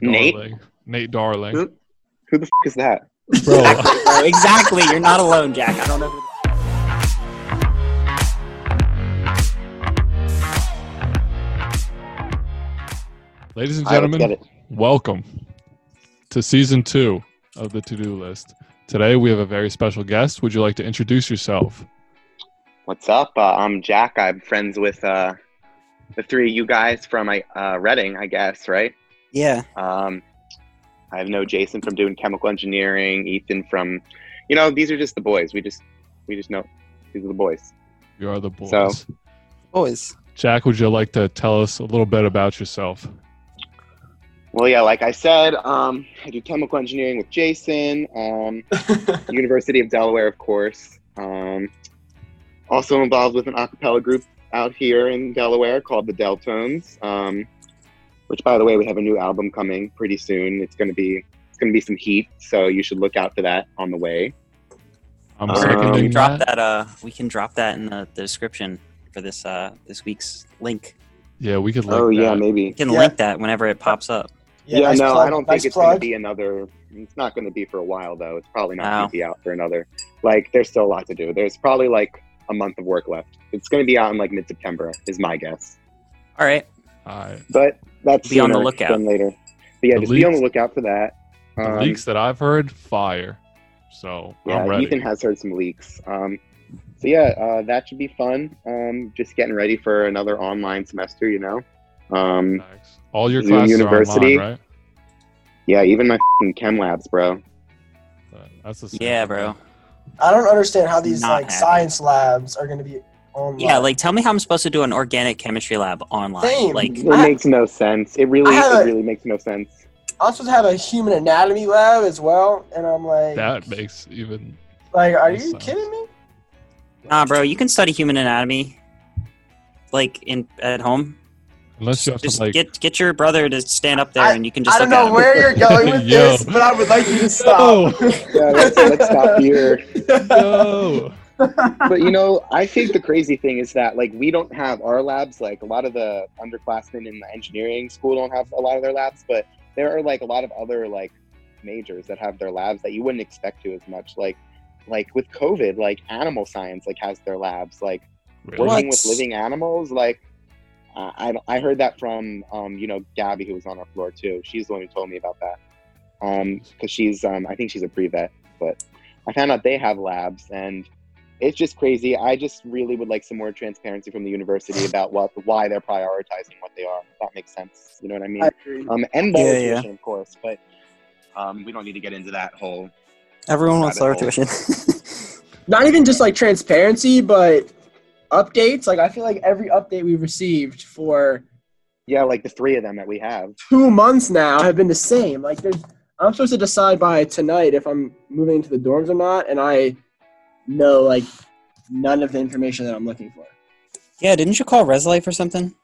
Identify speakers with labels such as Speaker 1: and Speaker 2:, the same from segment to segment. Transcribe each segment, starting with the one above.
Speaker 1: Nate?
Speaker 2: Darling. Nate Darling.
Speaker 1: Who? Who the f- is that?
Speaker 2: Bro,
Speaker 3: Exactly, bro. Exactly. You're not alone, Jack. I don't know. Who-
Speaker 2: ladies and
Speaker 1: All right, let's
Speaker 2: gentlemen,
Speaker 1: get it.
Speaker 2: welcome to season two of the To Do List. Today we have a very special guest. Would you like to introduce yourself?
Speaker 1: What's up? Uh, I'm Jack. I'm friends with uh, the three of you guys from I uh, Reading, I guess, right?
Speaker 3: Yeah.
Speaker 1: Um, I know Jason from doing chemical engineering, Ethan from, you know, these are just the boys. We just, we just know these are the boys.
Speaker 2: You are the boys.
Speaker 1: So-
Speaker 3: Always.
Speaker 2: Jack, would you like to tell us a little bit about yourself?
Speaker 1: Well, yeah, like I said, um, I do chemical engineering with Jason, um, University of Delaware, of course. Um, also involved with an a cappella group out here in Delaware called the Deltones, um, which, by the way, we have a new album coming pretty soon. It's gonna be it's gonna be some heat, so you should look out for that on the way.
Speaker 2: I'm
Speaker 1: Um,
Speaker 3: we
Speaker 2: seconding
Speaker 3: can drop
Speaker 2: that.
Speaker 3: that. Uh, we can drop that in the, the description for this uh this week's link.
Speaker 2: Yeah, we could.
Speaker 1: oh
Speaker 2: link
Speaker 1: yeah,
Speaker 2: that.
Speaker 1: maybe.
Speaker 3: We can
Speaker 4: Yeah.
Speaker 3: link that whenever it pops up.
Speaker 1: Yeah,
Speaker 4: nice
Speaker 1: no,
Speaker 4: plug,
Speaker 1: I don't
Speaker 4: nice
Speaker 1: think it's
Speaker 4: plug.
Speaker 1: gonna be another. It's not gonna be for a while though. It's probably not
Speaker 3: No.
Speaker 1: gonna be out for another. Like, there's still a lot to do. There's probably like a month of work left. It's gonna be out in like mid-September, is my guess.
Speaker 3: All right.
Speaker 2: All right.
Speaker 1: But that's
Speaker 3: Be on the
Speaker 1: sooner
Speaker 3: lookout.
Speaker 1: than later. But yeah,
Speaker 2: The
Speaker 1: just be on the
Speaker 2: leaks-
Speaker 1: lookout for that.
Speaker 2: The
Speaker 1: Um,
Speaker 2: leaks that I've heard, fire. So I'm
Speaker 1: Yeah,
Speaker 2: ready.
Speaker 1: Ethan has heard some leaks. Um, so yeah, uh, that should be fun. Um, just getting ready for another online semester, you know. Um,
Speaker 2: Thanks. All your
Speaker 1: Zoom
Speaker 2: classes
Speaker 1: University.
Speaker 2: are online,
Speaker 1: yeah, even my fing chem labs, bro.
Speaker 2: right? That's the same
Speaker 3: Yeah,
Speaker 2: thing.
Speaker 3: bro.
Speaker 4: I don't understand how these
Speaker 3: Not
Speaker 4: like
Speaker 3: happy.
Speaker 4: science labs are going to be online.
Speaker 3: Yeah. Like, tell me how I'm supposed to do an organic chemistry lab online.
Speaker 4: Same.
Speaker 3: Like,
Speaker 1: It
Speaker 4: I-
Speaker 1: makes no sense. It really,
Speaker 4: I have
Speaker 1: it
Speaker 4: a-
Speaker 1: really makes no sense.
Speaker 4: I'm supposed to have a human anatomy lab as well, and I'm like,
Speaker 2: That makes even.
Speaker 4: like, are
Speaker 2: makes
Speaker 4: you
Speaker 2: sense.
Speaker 4: kidding me?
Speaker 3: nah, bro. You can study human anatomy, like in at home.
Speaker 2: Unless you have
Speaker 3: just
Speaker 2: to like.
Speaker 3: get get your brother to stand up there,
Speaker 4: I-
Speaker 3: and you can just.
Speaker 4: I don't
Speaker 3: look at
Speaker 4: know
Speaker 3: him.
Speaker 4: where you're going with
Speaker 2: Yo.
Speaker 4: this, but I would like you to stop.
Speaker 1: Yeah, let's, let's stop here.
Speaker 2: no.
Speaker 1: But you know, I think the crazy thing is that like we don't have our labs. Like a lot of the underclassmen in the engineering school don't have a lot of their labs, but there are like a lot of other like majors that have their labs that you wouldn't expect to as much. Like like with COVID, like animal science like has their labs. Like
Speaker 2: Really?
Speaker 1: working with
Speaker 3: What?
Speaker 1: living animals, like. uh, I, I I heard that from um, you know Gabby who was on our floor too. She's the one who told me about that because she's um, I think she's a pre vet, but I found out they have labs and it's just crazy. I just really would like some more transparency from the university about what why they're prioritizing what they are. If that makes sense, you know what I mean?
Speaker 4: I agree.
Speaker 1: um, and
Speaker 3: Yeah,
Speaker 1: lower
Speaker 3: yeah.
Speaker 1: tuition, of course, but um, we don't need to get into that whole.
Speaker 3: Everyone wants lower
Speaker 1: Rabbit hole.
Speaker 3: tuition.
Speaker 4: Not even just like transparency, but updates. Like, I feel like every update we received for
Speaker 1: Yeah, like the three of them that we have.
Speaker 4: two months now have been the same. Like there's, I'm supposed to decide by tonight if I'm moving into the dorms or not, and I know like none of the information that I'm looking for.
Speaker 3: yeah, didn't you call Reslife or something?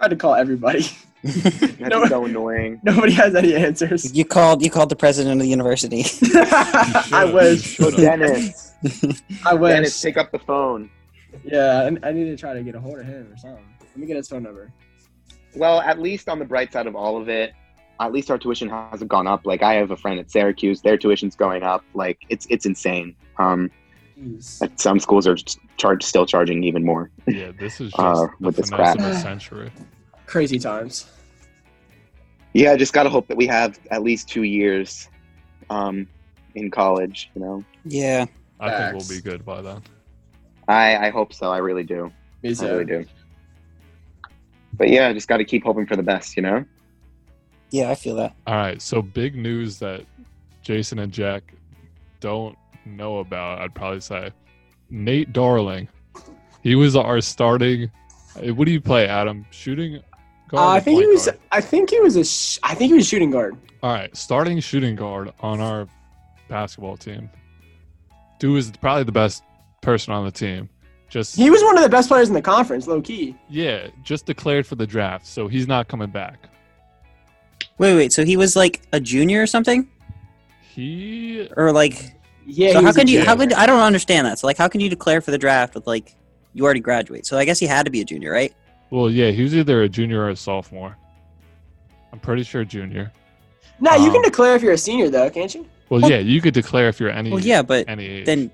Speaker 4: I had to call everybody.
Speaker 1: That's
Speaker 4: No.
Speaker 1: so annoying.
Speaker 4: Nobody has any answers.
Speaker 3: You called you called the president of the university.
Speaker 4: I wish.
Speaker 2: You
Speaker 1: Well,
Speaker 2: should have.
Speaker 1: Dennis,
Speaker 4: I wish.
Speaker 1: Dennis, pick up the phone.
Speaker 4: Yeah, I, I need to try to get a hold of him or something. Let me get his phone number.
Speaker 1: Well, at least on the bright side of all of it, at least our tuition hasn't gone up. Like I have a friend at Syracuse, their tuition's going up. Like it's it's insane. Um,
Speaker 4: Jeez.
Speaker 1: but some schools are ch- charge still charging even more.
Speaker 2: Yeah, this is just
Speaker 1: Uh,
Speaker 2: the
Speaker 1: with this
Speaker 2: finesse
Speaker 1: crap.
Speaker 2: of the century.
Speaker 4: Crazy times.
Speaker 1: Yeah, I just gotta hope that we have at least two years, um, in college. You know,
Speaker 3: yeah.
Speaker 2: I think
Speaker 4: Facts.
Speaker 2: we'll be good by then.
Speaker 1: I I hope so. I really do.
Speaker 4: Me
Speaker 1: I really
Speaker 4: too.
Speaker 1: do. But yeah, I just gotta keep hoping for the best. You know.
Speaker 3: Yeah, I feel that.
Speaker 2: All right, so big news that Jason and Jack don't know about. I'd probably say Nate Darling. He was our starting. eh, What do you play, Adam? Shooting guard.
Speaker 4: Uh,
Speaker 2: or
Speaker 4: I think he
Speaker 2: point
Speaker 4: was.
Speaker 2: guard?
Speaker 4: I think he was a. Sh- I think he was shooting guard.
Speaker 2: All right, starting shooting guard on our basketball team. Dude is probably the best person on the team. Just
Speaker 4: He was one of the best players in the conference, low key.
Speaker 2: yeah, just declared for the draft, so he's not coming back.
Speaker 3: Wait, wait. So he was like a junior or something,
Speaker 2: He
Speaker 3: or like.
Speaker 4: Yeah.
Speaker 3: so
Speaker 4: he
Speaker 3: how
Speaker 4: was a
Speaker 3: can you?
Speaker 4: junior.
Speaker 3: How could I don't understand that? So like, how can you declare for the draft with like you already graduate? So I guess he had to be a junior, right?
Speaker 2: well, yeah, he was either a junior or a sophomore. I'm pretty sure junior.
Speaker 4: Nah, you can
Speaker 2: Um,
Speaker 4: declare if you're a senior though, can't you?
Speaker 2: Well,
Speaker 3: Well-
Speaker 2: yeah, you could declare if you're any
Speaker 3: Well, yeah, but
Speaker 2: any age.
Speaker 3: then,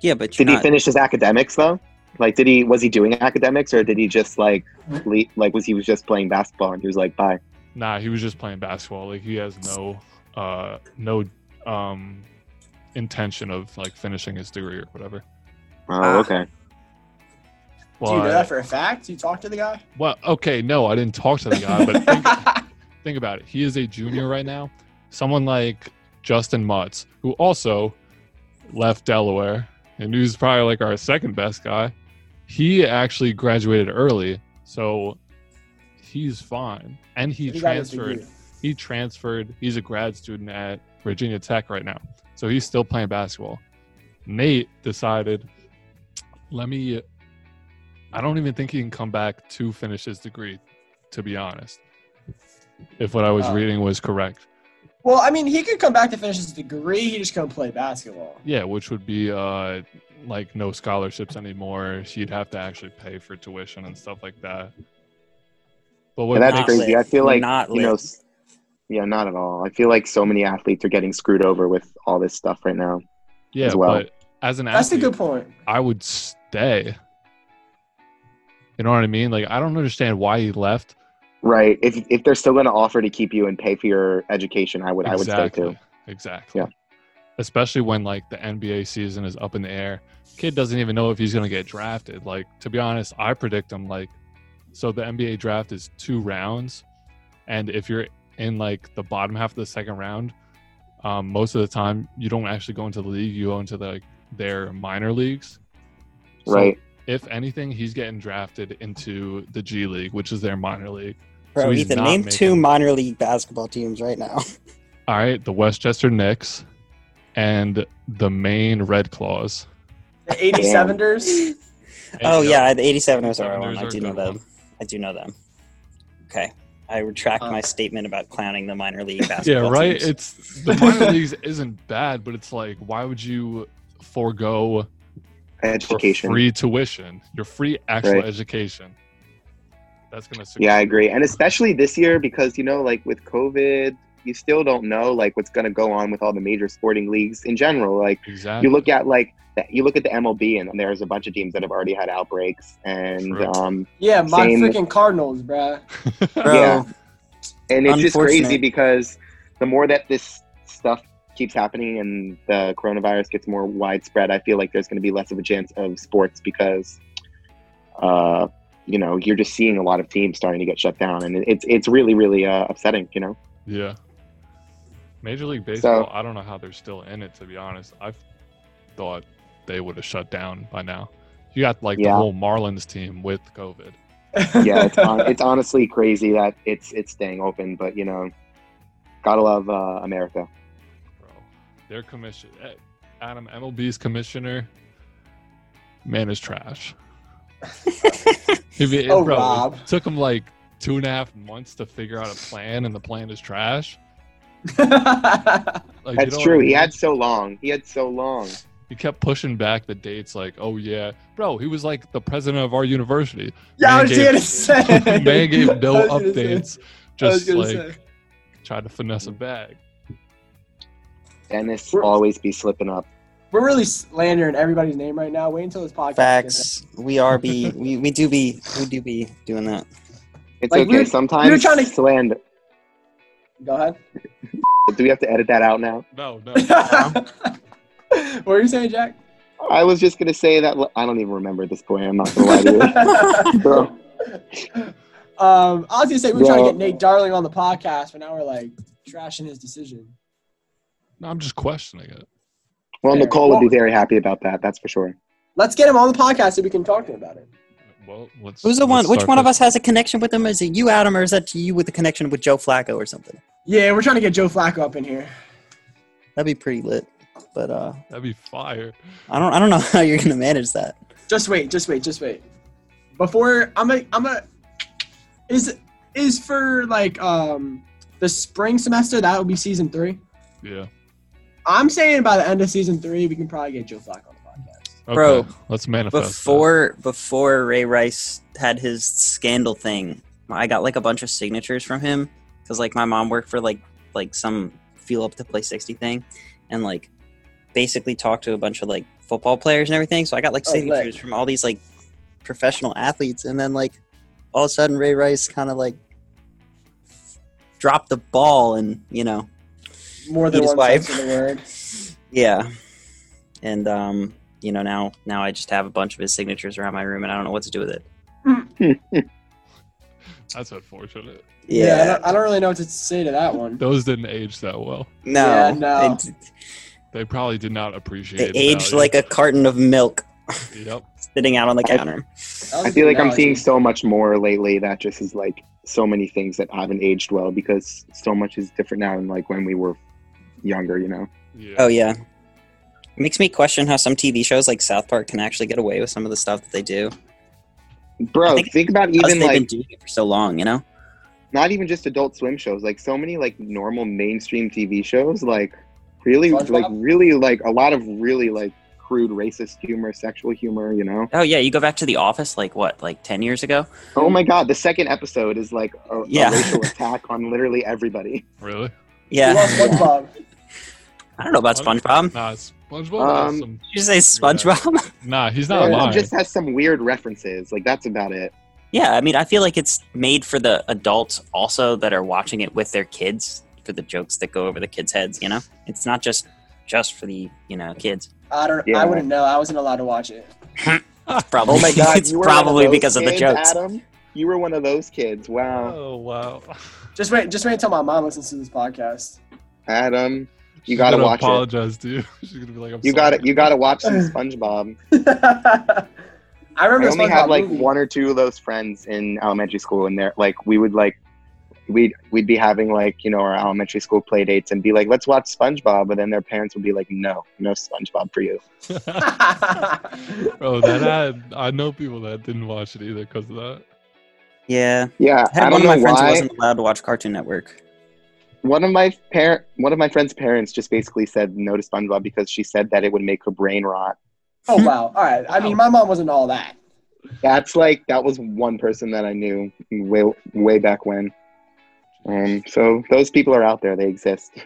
Speaker 3: yeah, but you're
Speaker 1: Did he
Speaker 3: not.
Speaker 1: finish his academics though? Like, did he was he doing academics or did he just like le- like was he was just playing basketball and he was like, bye.
Speaker 2: Nah, he was just playing basketball. Like he has no uh no um intention of like finishing his degree or whatever.
Speaker 1: Oh,
Speaker 3: Ah.
Speaker 1: okay.
Speaker 2: Well,
Speaker 4: Do you know
Speaker 2: I-
Speaker 4: that for a fact? You talked to the guy?
Speaker 2: well, okay, no, I didn't talk to the guy, but think, think about it. He is a junior right now. Someone like Justin Mutz, who also left Delaware and who's probably like our second best guy, he actually graduated early, so he's fine. And he
Speaker 4: He got his
Speaker 2: transferred.
Speaker 4: degree.
Speaker 2: He transferred. He's a grad student at Virginia Tech right now, so he's still playing basketball. Nate decided, let me. I don't even think he can come back to finish his degree, to be honest. If what I was
Speaker 1: Uh.
Speaker 4: Oh.
Speaker 2: reading was correct,
Speaker 4: Well, I mean, he could come back to finish his degree. He just couldn't play basketball.
Speaker 2: yeah, which would be uh, like no scholarships anymore. You'd have to actually pay for tuition and stuff like that. But what
Speaker 1: And that's
Speaker 3: Not
Speaker 1: crazy.
Speaker 3: lit.
Speaker 1: I feel like
Speaker 3: Not
Speaker 1: you know,
Speaker 3: lit.
Speaker 1: s- yeah, not at all. I feel like so many athletes are getting screwed over with all this stuff right now.
Speaker 2: yeah,
Speaker 1: as well.
Speaker 2: but as an
Speaker 4: That's a
Speaker 2: athlete,
Speaker 4: good point.
Speaker 2: I would stay. You know what I mean? Like I don't understand why he left.
Speaker 1: Right. If if they're still going to offer to keep you and pay for your education, I would I would say too.
Speaker 2: Exactly.
Speaker 1: Yeah.
Speaker 2: Especially when like the NBA season is up in the air. Kid doesn't even know if he's gonna get drafted. Like to be honest, I predict him like so the NBA draft is two rounds and if you're in like the bottom half of the second round, um, most of the time you don't actually go into the league, you go into the, like their minor leagues. So
Speaker 1: Right.
Speaker 2: if anything, he's getting drafted into the G League, which is their minor league.
Speaker 5: Bro,
Speaker 2: So he's
Speaker 5: Ethan,
Speaker 2: not
Speaker 5: name
Speaker 2: making-
Speaker 5: two minor league basketball teams right now.
Speaker 2: All right, the Westchester Knicks and the Maine Red Claws.
Speaker 4: The 87ers.
Speaker 3: Oh
Speaker 2: And,
Speaker 3: yeah, the 87ers are
Speaker 2: 87ers
Speaker 3: one. I
Speaker 2: are
Speaker 3: do
Speaker 2: a
Speaker 3: know
Speaker 2: good
Speaker 3: them. I do know them. Okay, I retract
Speaker 4: Uh,
Speaker 3: my statement about clowning the minor league
Speaker 2: yeah,
Speaker 3: basketball.
Speaker 2: right.
Speaker 3: teams.
Speaker 2: It's the minor leagues isn't bad, but it's like, why would you forego for
Speaker 1: Education.
Speaker 2: free tuition, your free actual
Speaker 1: Right.
Speaker 2: education? That's gonna. succeed.
Speaker 1: Yeah, I agree. And especially this year because, you know, like with COVID, you still don't know like what's going to go on with all the major sporting leagues in general. Like
Speaker 2: Exactly.
Speaker 1: you look at like the- you look at the MLB and there's a bunch of teams that have already had outbreaks and
Speaker 2: True.
Speaker 1: um
Speaker 4: yeah, my
Speaker 1: Same.
Speaker 4: freaking Cardinals, bruh.
Speaker 3: Bro,
Speaker 1: Yeah. and it's just
Speaker 3: Unfortunate.
Speaker 1: crazy because the more that this stuff keeps happening and the coronavirus gets more widespread, I feel like there's going to be less of a chance of sports because, uh, you know, you're just seeing a lot of teams starting to get shut down, and it's it's really really uh, upsetting. You know,
Speaker 2: Yeah. Major League Baseball. I don't know how they're still in it. To be honest, I thought they would have shut down by now. You got like the
Speaker 1: Yeah.
Speaker 2: whole Marlins team with COVID.
Speaker 1: yeah, it's on, it's honestly crazy that it's it's staying open, but you know, gotta love uh, America.
Speaker 2: bro. Their commission, eh, Adam MLB's commissioner, man is trash. If it-
Speaker 4: Oh,
Speaker 2: bro, it
Speaker 4: Rob.
Speaker 2: took him like two and a half months to figure out a plan, and the plan is trash. Like, you
Speaker 1: That's
Speaker 2: know what
Speaker 1: true.
Speaker 2: I
Speaker 1: He
Speaker 2: mean?
Speaker 1: had so long. He had so long.
Speaker 2: He kept pushing back the dates, like, oh yeah, bro, he was like the president of our university.
Speaker 4: yeah, I
Speaker 2: Man
Speaker 4: was
Speaker 2: gave-
Speaker 4: gonna say.
Speaker 2: Man gave no
Speaker 4: I was gonna say.
Speaker 2: updates,
Speaker 4: I was
Speaker 2: just
Speaker 4: gonna
Speaker 2: like
Speaker 4: say.
Speaker 2: tried to finesse a bag.
Speaker 1: Dennis
Speaker 4: We're-
Speaker 1: always be slipping up.
Speaker 4: We're really slandering everybody's name right now. Wait until this podcast. gets
Speaker 3: facts. We are be we, we do be we do be doing that.
Speaker 1: It's
Speaker 4: Like, we
Speaker 1: okay.
Speaker 4: were-
Speaker 1: Sometimes
Speaker 4: we were trying to-
Speaker 1: slander.
Speaker 4: out. Go ahead.
Speaker 1: Do we have to edit that out now?
Speaker 2: No, no.
Speaker 4: what were you saying, Jack?
Speaker 1: I was just gonna say that I don't even remember at this point. I'm not gonna lie to you, bro.
Speaker 4: Um, I was gonna say we were trying to
Speaker 1: Well-
Speaker 4: get Nate Darling on the podcast, but now we're like trashing his decision.
Speaker 2: no I'm just questioning it.
Speaker 1: Well,
Speaker 4: Fair.
Speaker 1: Nicole would be very happy about that. That's for sure.
Speaker 4: Let's get him on the podcast so we can talk to him about it.
Speaker 2: Well, let's.
Speaker 3: Who's the one?
Speaker 2: let's
Speaker 3: Which
Speaker 2: start
Speaker 3: one of
Speaker 2: this-
Speaker 3: us has a connection with them? Is it you, Adam, or is that you with the connection with Joe Flacco or something?
Speaker 4: Yeah, we're trying to get Joe Flacco up in here.
Speaker 3: That'd be pretty lit. But uh,
Speaker 2: That'd be fire.
Speaker 3: I don't I don't know how you're gonna manage that.
Speaker 4: Just wait, just wait, just wait. Before I'm a I'm a is is for like um the spring semester that would be season three.
Speaker 2: Yeah.
Speaker 4: I'm saying by the end of season three we can probably get Joe Flacco on the
Speaker 2: Okay,
Speaker 3: Bro,
Speaker 2: let's manifest. that.
Speaker 3: before before Ray Rice had his scandal thing, I got like a bunch of signatures from him because like my mom worked for like like some feel up to play 60 thing and like basically talked to a bunch of like football players and everything so i got like
Speaker 4: Oh, lit.
Speaker 3: signatures from all these like professional athletes and then like all of a sudden ray rice kind of like dropped the ball and you know
Speaker 4: More than
Speaker 3: Eat his
Speaker 4: one sense
Speaker 3: wife.
Speaker 4: of the word.
Speaker 3: yeah and um you know now now i just have a bunch of his signatures around my room and i don't know what to do with it
Speaker 2: That's unfortunate.
Speaker 4: Yeah, I, don't, I don't really know what to say to that one.
Speaker 2: Those didn't age that well.
Speaker 3: no,
Speaker 4: Yeah, no.
Speaker 3: They,
Speaker 2: They probably did not appreciate.
Speaker 3: they aged like a carton of milk
Speaker 2: a. Yep.
Speaker 3: sitting out on the counter
Speaker 4: That was
Speaker 1: I
Speaker 4: a
Speaker 1: feel
Speaker 4: good
Speaker 1: like I'm
Speaker 4: analogy.
Speaker 1: seeing so much more lately that just is like so many things that haven't aged well because so much is different now than like when we were younger, you know.
Speaker 2: Yeah.
Speaker 3: oh yeah it makes me question how some tv shows like south park can actually get away with some of the stuff that they do I
Speaker 1: Bro,
Speaker 3: think
Speaker 1: think, about
Speaker 3: Plus,
Speaker 1: even
Speaker 3: they've
Speaker 1: like
Speaker 3: been doing it for so long you know
Speaker 1: not even just adult swim shows, like so many like normal mainstream TV shows, like really
Speaker 4: SpongeBob?
Speaker 1: like really like a lot of really like crude racist humor, sexual humor, you know.
Speaker 3: oh yeah you go back to the office like what like 10 years ago
Speaker 1: Oh my god, the second episode is like a, a
Speaker 3: Yeah.
Speaker 1: racial attack on literally everybody.
Speaker 2: Really?
Speaker 4: You
Speaker 3: yeah
Speaker 4: lost SpongeBob.
Speaker 3: i don't know about spongebob
Speaker 2: Nah, SpongeBob. has
Speaker 1: Um,
Speaker 2: some,
Speaker 3: Did you say spongebob
Speaker 2: nah, he's
Speaker 3: Oh,
Speaker 2: not
Speaker 1: It
Speaker 2: lying.
Speaker 1: just has some weird references. Like that's about it.
Speaker 3: yeah i mean i feel like it's made for the adults also that are watching it with their kids for the jokes that go over the kids heads you know it's not just just for the you know kids
Speaker 4: I don't.
Speaker 1: Yeah.
Speaker 4: I wouldn't know. I wasn't allowed to watch it.
Speaker 3: Probably. it's
Speaker 1: Oh you were one of
Speaker 3: probably
Speaker 1: those
Speaker 3: because of the
Speaker 1: kids,
Speaker 3: jokes.
Speaker 1: Adam, you were one of those kids. Wow,
Speaker 2: Oh wow.
Speaker 4: Just wait. Just wait until my mom listens to this podcast.
Speaker 1: Adam, you
Speaker 2: She's
Speaker 1: gotta
Speaker 2: gonna
Speaker 1: watch it.
Speaker 2: apologize to you. She's gonna be like, I'm
Speaker 1: You
Speaker 2: sorry.
Speaker 1: gotta you gotta watch some SpongeBob.
Speaker 4: I remember.
Speaker 1: I only
Speaker 4: SpongeBob
Speaker 1: had like
Speaker 4: movie.
Speaker 1: one or two of those friends in elementary school, and they're like, we would like, we'd we'd be having like you know our elementary school play dates and be like, let's watch SpongeBob, but then their parents would be like, no, no SpongeBob for you.
Speaker 2: Bro, that had, I know people that didn't watch it either because of that.
Speaker 3: Yeah,
Speaker 1: Yeah,
Speaker 3: I had
Speaker 1: I don't
Speaker 3: one of my
Speaker 1: know
Speaker 3: friends who
Speaker 1: why.
Speaker 3: wasn't allowed to watch Cartoon Network.
Speaker 1: One of my parent, one of my friend's parents just basically said no to SpongeBob because she said that it would make her brain rot.
Speaker 4: oh wow. All right. I mean, my mom wasn't all that.
Speaker 1: That's like that was one person that I knew way way back when. Um, so those people are out there; they exist.
Speaker 2: And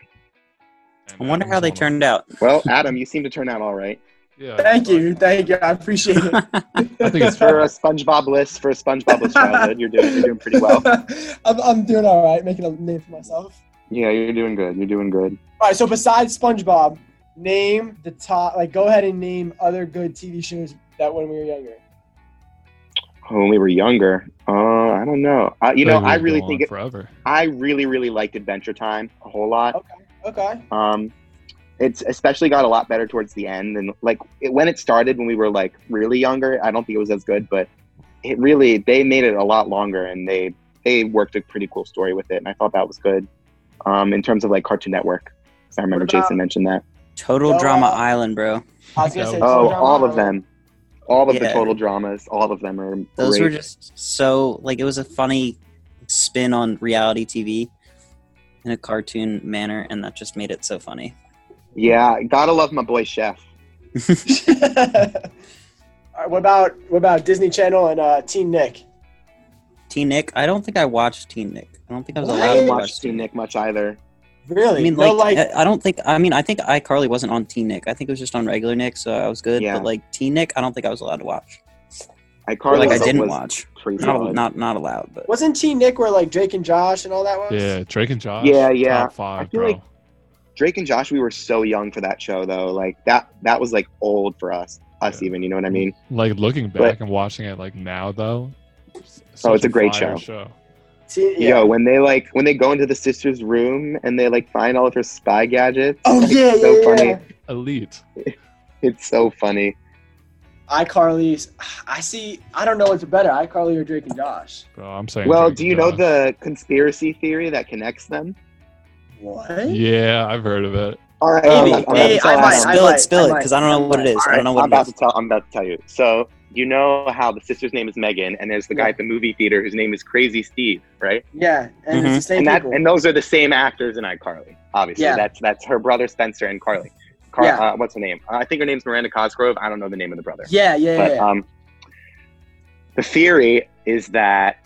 Speaker 3: I wonder
Speaker 2: Adam's
Speaker 3: how they
Speaker 2: one of-
Speaker 3: turned out.
Speaker 1: Well, Adam, you seem to turn out all right.
Speaker 2: Yeah.
Speaker 4: Thank you. Thank you. I appreciate it.
Speaker 2: I think it's
Speaker 1: For a SpongeBob list, for a SpongeBob list childhood, you're doing you're doing pretty well.
Speaker 4: I'm, I'm doing all right. Making a name for myself.
Speaker 1: Yeah, you're doing good. You're doing good.
Speaker 4: All right. So besides SpongeBob, name the top. Like, go ahead and name other good TV shows that when we were younger.
Speaker 1: Oh, When we were younger, uh, I don't know. I, you know,
Speaker 2: Probably
Speaker 1: I really
Speaker 2: go on
Speaker 1: think it,
Speaker 2: forever.
Speaker 1: I really, really liked Adventure Time a whole lot.
Speaker 4: Okay. Okay.
Speaker 1: Um, it's especially got a lot better towards the end, and like it, when it started, when we were like really younger, I don't think it was as good, but it really they made it a lot longer, and they they worked a pretty cool story with it, and I thought that was good. Um, in terms of like Cartoon Network, 'cause I remember
Speaker 4: What about-
Speaker 1: Jason mentioned that.
Speaker 3: Total
Speaker 4: Well,
Speaker 3: Drama
Speaker 4: uh,
Speaker 3: Island, bro.
Speaker 4: I was gonna say.
Speaker 2: Total
Speaker 1: Oh,
Speaker 4: Drama
Speaker 1: all of
Speaker 4: Island.
Speaker 1: them. All of the
Speaker 3: Yeah.
Speaker 1: total dramas, all of them are
Speaker 3: Those
Speaker 1: great.
Speaker 3: were just so like it was a funny spin on reality TV in a cartoon manner, and that just made it so funny.
Speaker 1: yeah, gotta love my boy Chef.
Speaker 4: All right, what about what about Disney Channel and uh, Team Nick?
Speaker 3: Teen Nick, I don't think I watched Teen Nick. I don't think I was
Speaker 4: What?
Speaker 1: I
Speaker 3: allowed
Speaker 1: didn't
Speaker 3: to
Speaker 1: watch
Speaker 3: watch
Speaker 1: Team
Speaker 3: Teen Nick.
Speaker 1: Nick much either.
Speaker 4: Really?
Speaker 3: I mean,
Speaker 4: no,
Speaker 3: like, eh
Speaker 4: like,
Speaker 3: I, I don't think. I mean, I think iCarly wasn't on Teen Nick. I think it was just on regular Nick, so I was good.
Speaker 1: Yeah.
Speaker 3: But like Teen Nick, I don't think I was allowed to watch.
Speaker 1: iCarly
Speaker 3: like I
Speaker 1: was-
Speaker 3: didn't
Speaker 1: was
Speaker 3: watch.
Speaker 1: pretty
Speaker 3: Not,
Speaker 1: solid.
Speaker 3: not not allowed. But
Speaker 4: wasn't Team Nick where like Drake and Josh and all that was?
Speaker 2: Yeah, Drake and Josh.
Speaker 1: Yeah, yeah.
Speaker 2: Top five,
Speaker 1: I feel
Speaker 2: bro.
Speaker 1: like- Drake and Josh, we were so young for that show though. Like that that was like old for us. Us
Speaker 2: Yeah.
Speaker 1: even, you know what I mean?
Speaker 2: Like looking back
Speaker 1: But-
Speaker 2: and watching it like now though. s-
Speaker 1: Oh, it's
Speaker 2: such
Speaker 1: a great
Speaker 2: fire
Speaker 1: show.
Speaker 4: Te- yeah.
Speaker 1: Yo, when they like when they go into the sister's room and they like find all of her spy gadgets.
Speaker 4: Oh
Speaker 1: like,
Speaker 4: yeah, yeah,
Speaker 1: it's so
Speaker 4: yeah.
Speaker 1: funny.
Speaker 2: Elite.
Speaker 1: It's so funny.
Speaker 4: iCarly's. I see. I don't know what's better, iCarly or Drake and Josh.
Speaker 2: Bro, I'm saying
Speaker 1: well,
Speaker 2: Drake
Speaker 1: do
Speaker 2: and
Speaker 1: you know
Speaker 2: Josh.
Speaker 1: the conspiracy theory that connects them?
Speaker 4: What?
Speaker 2: Yeah, I've heard of it.
Speaker 1: All right,
Speaker 4: Oh,
Speaker 1: I'm about- I'm about to
Speaker 4: hey,
Speaker 1: tell
Speaker 4: I
Speaker 1: Adam.
Speaker 4: might- I
Speaker 3: spill
Speaker 4: might-
Speaker 3: it, spill
Speaker 4: I
Speaker 3: it,
Speaker 4: might,
Speaker 3: because I don't
Speaker 4: I
Speaker 3: know what it
Speaker 4: might.
Speaker 3: is.
Speaker 1: All
Speaker 3: I
Speaker 1: right,
Speaker 3: don't know what
Speaker 1: I'm about
Speaker 3: it is.
Speaker 1: to tell. I'm about to tell you. So you know how the sister's name is Megan, and there's the guy at the movie theater whose name is Crazy Steve, right?
Speaker 4: Yeah, and it's the
Speaker 1: Mm-hmm.
Speaker 4: same
Speaker 1: And that
Speaker 4: people.
Speaker 1: and those are the same actors in iCarly. Obviously,
Speaker 4: Yeah.
Speaker 1: that's that's her brother Spencer and Carly. Car-
Speaker 4: Yeah.
Speaker 1: uh, what's her name? I think her name's Miranda Cosgrove. I don't know the name of the brother.
Speaker 4: yeah, yeah, yeah.
Speaker 1: But um, the theory is that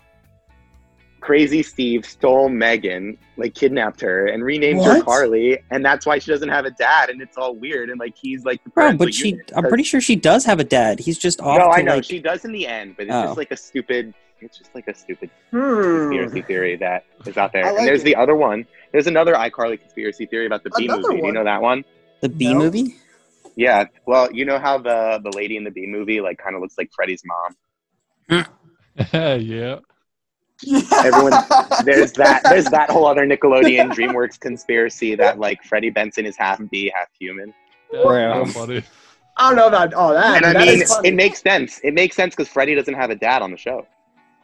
Speaker 1: Crazy Steve stole Megan, like kidnapped her and renamed her
Speaker 4: What?
Speaker 1: Carly, and that's why she doesn't have a dad, and it's all weird. And like he's like, the
Speaker 3: Bro,
Speaker 1: parental
Speaker 3: but she,
Speaker 1: unit,
Speaker 3: I'm
Speaker 1: 'cause-
Speaker 3: pretty sure she does have a dad. He's just off.
Speaker 1: No,
Speaker 3: to,
Speaker 1: I know
Speaker 3: like-
Speaker 1: she does in the end, but it's
Speaker 3: Oh.
Speaker 1: just like a stupid. It's just like a stupid
Speaker 4: Hmm.
Speaker 1: uh, conspiracy theory that is out there.
Speaker 5: I
Speaker 1: and
Speaker 5: like
Speaker 1: there's
Speaker 5: it.
Speaker 1: the other one. There's another iCarly conspiracy theory about the B
Speaker 4: Another
Speaker 1: movie. Do you
Speaker 4: one?
Speaker 1: know that one?
Speaker 3: the B
Speaker 5: No.
Speaker 3: movie.
Speaker 1: Yeah. Well, you know how the the lady in the B movie like kind of looks like Freddy's mom.
Speaker 2: yeah.
Speaker 1: Everyone- There's that. There's that whole other Nickelodeon DreamWorks conspiracy that like Freddie Benson is half bee, half human.
Speaker 2: That's
Speaker 3: Bro.
Speaker 2: so funny.
Speaker 4: I don't know about all that.
Speaker 1: and
Speaker 4: but
Speaker 1: I
Speaker 4: that
Speaker 1: mean,
Speaker 4: is funny.
Speaker 1: it makes sense. It makes sense because Freddie doesn't have a dad on the show.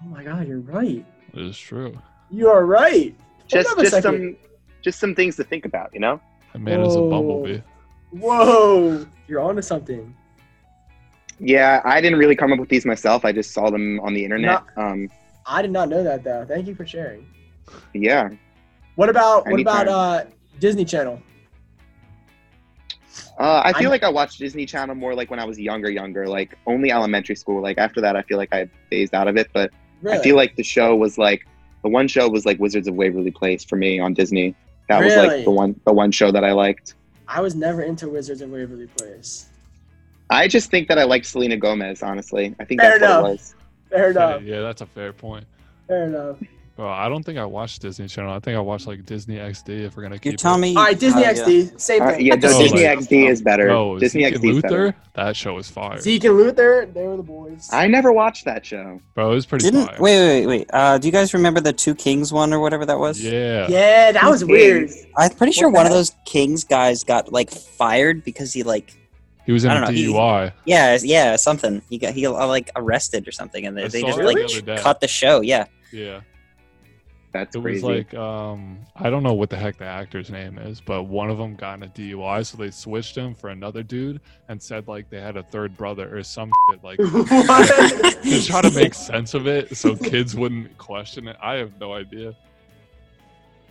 Speaker 4: oh my god, you're right.
Speaker 2: It is true.
Speaker 4: You are right.
Speaker 1: Just
Speaker 4: on a
Speaker 1: just
Speaker 4: second.
Speaker 1: some just some things to think about. You know.
Speaker 2: That man is a
Speaker 4: Whoa.
Speaker 2: bumblebee.
Speaker 4: Whoa, you're onto something.
Speaker 1: Yeah, I didn't really come up with these myself. I just saw them on the internet. Um,
Speaker 4: I did not know that though. Thank you for sharing.
Speaker 1: yeah.
Speaker 4: What about what
Speaker 1: Anytime.
Speaker 4: about uh, Disney Channel?
Speaker 1: Uh, I feel
Speaker 4: I'm-
Speaker 1: like I watched Disney Channel more like when I was younger, younger, like only elementary school. Like after that, I feel like I phased out of it. But
Speaker 4: Really?
Speaker 1: I feel like the show was like the one show was like Wizards of Waverly Place for me on Disney. That was
Speaker 4: Really?
Speaker 1: like the one the one show that I liked.
Speaker 4: I was never into Wizards of Waverly Place.
Speaker 1: I just think that I liked Selena Gomez. Honestly, I think
Speaker 4: Fair
Speaker 1: that's what it
Speaker 4: enough.
Speaker 1: was.
Speaker 4: Fair enough.
Speaker 2: Hey, yeah, that's a fair point.
Speaker 4: Fair enough.
Speaker 2: Bro, I don't think I watched Disney Channel. I think I watched like Disney XD if we're gonna keep
Speaker 3: You're telling me?
Speaker 4: All right, Disney
Speaker 5: Oh, yeah.
Speaker 4: XD, same
Speaker 1: Uh,
Speaker 4: thing.
Speaker 1: yeah, no,
Speaker 2: Oh,
Speaker 1: Disney
Speaker 2: like-
Speaker 1: XD is better.
Speaker 2: Bro,
Speaker 1: Disney
Speaker 2: Zeke and
Speaker 1: XD is better.
Speaker 2: Luther? That show was fire.
Speaker 4: Zeke and Luther, they were the boys.
Speaker 1: I never watched that show.
Speaker 2: Bro, it was pretty
Speaker 3: Didn't
Speaker 2: fire.
Speaker 3: wait, wait, wait. wait. Uh, do you guys remember the Two Kings one or whatever that was?
Speaker 2: Yeah.
Speaker 4: yeah, that was
Speaker 1: Jeez.
Speaker 4: weird.
Speaker 3: I'm pretty sure
Speaker 4: What
Speaker 3: one of
Speaker 4: the
Speaker 3: those Kings guys got like fired because he like
Speaker 2: He was in
Speaker 3: I
Speaker 2: a
Speaker 3: don't know, he-
Speaker 2: DUI.
Speaker 3: yeah yeah something he got he got, like arrested or something and
Speaker 2: I
Speaker 3: they, they
Speaker 2: saw
Speaker 3: just
Speaker 2: that
Speaker 3: like
Speaker 2: the other day.
Speaker 3: cut the show yeah
Speaker 2: Yeah.
Speaker 1: That's
Speaker 2: It
Speaker 1: crazy.
Speaker 2: was like um I don't know what the heck the actor's name is, but one of them got in a DUI, so they switched him for another dude and said like they had a third brother or some shit like
Speaker 4: What?
Speaker 2: to try to make sense of it so kids wouldn't question it. I have no idea.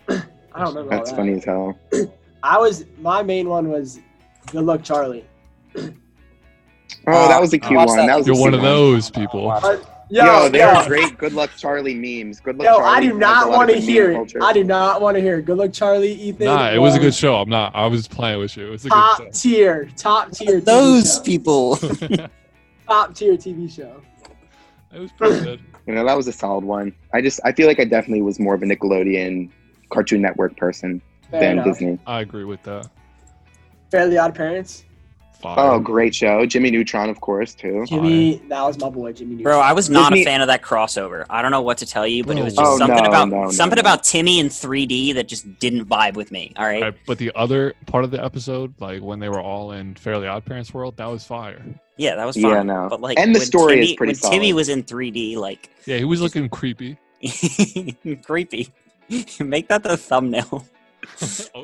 Speaker 4: I don't remember. all
Speaker 1: that's
Speaker 4: that.
Speaker 1: funny as hell.
Speaker 4: I was my main one was Good Luck Charlie.
Speaker 1: Oh,
Speaker 3: Uh,
Speaker 1: that was a
Speaker 3: I
Speaker 1: cute
Speaker 3: watched
Speaker 1: one.
Speaker 3: that.
Speaker 1: That was a
Speaker 2: You're one
Speaker 1: cute
Speaker 2: of those people.
Speaker 4: Uh,
Speaker 1: Yo,
Speaker 4: yo,
Speaker 1: there
Speaker 4: yo,
Speaker 1: are great Good Luck Charlie memes. Good Luck
Speaker 4: yo, I
Speaker 1: Charlie.
Speaker 4: do
Speaker 1: has
Speaker 4: not
Speaker 1: a lot of
Speaker 4: want to
Speaker 1: good meme
Speaker 4: hear it.
Speaker 1: culture.
Speaker 4: I do not want to hear it. Good Luck Charlie, Ethan.
Speaker 2: Nah, it was a good show. I'm not I was playing with you. It was a
Speaker 3: Ah.
Speaker 4: top
Speaker 2: good
Speaker 4: tier, top tier. TV
Speaker 5: Those
Speaker 4: show.
Speaker 5: people.
Speaker 2: show.
Speaker 4: top tier TV show.
Speaker 2: it was pretty good.
Speaker 1: You know, that was a solid one. I just, I feel like I definitely was more of a Nickelodeon Cartoon Network person
Speaker 4: Fair
Speaker 1: than
Speaker 4: enough.
Speaker 1: Disney.
Speaker 2: I agree with that.
Speaker 4: Fairly Odd Parents.
Speaker 2: Fire.
Speaker 1: Oh, great show. Jimmy Neutron, of course, too.
Speaker 4: Jimmy, that was my boy, Jimmy.
Speaker 3: bro I was not
Speaker 1: Disney-
Speaker 3: a fan of that crossover I don't know what to tell you but it was
Speaker 2: Bro,
Speaker 3: just
Speaker 2: oh,
Speaker 3: something
Speaker 1: no,
Speaker 3: about
Speaker 1: no, no,
Speaker 3: something
Speaker 1: no.
Speaker 3: about Timmy in 3D that just didn't vibe with me all right,
Speaker 2: All right, but the other part of the episode, like when they were all in Fairly Odd Parents world, that was fire.
Speaker 3: yeah that was
Speaker 1: Yeah,
Speaker 3: fun
Speaker 1: no.
Speaker 3: but like
Speaker 1: And the
Speaker 3: when
Speaker 1: story is
Speaker 3: Timmy-
Speaker 1: pretty
Speaker 3: when Timmy
Speaker 1: solid.
Speaker 3: was in 3D like
Speaker 2: Yeah, he was looking creepy.
Speaker 3: creepy make that the thumbnail
Speaker 2: okay.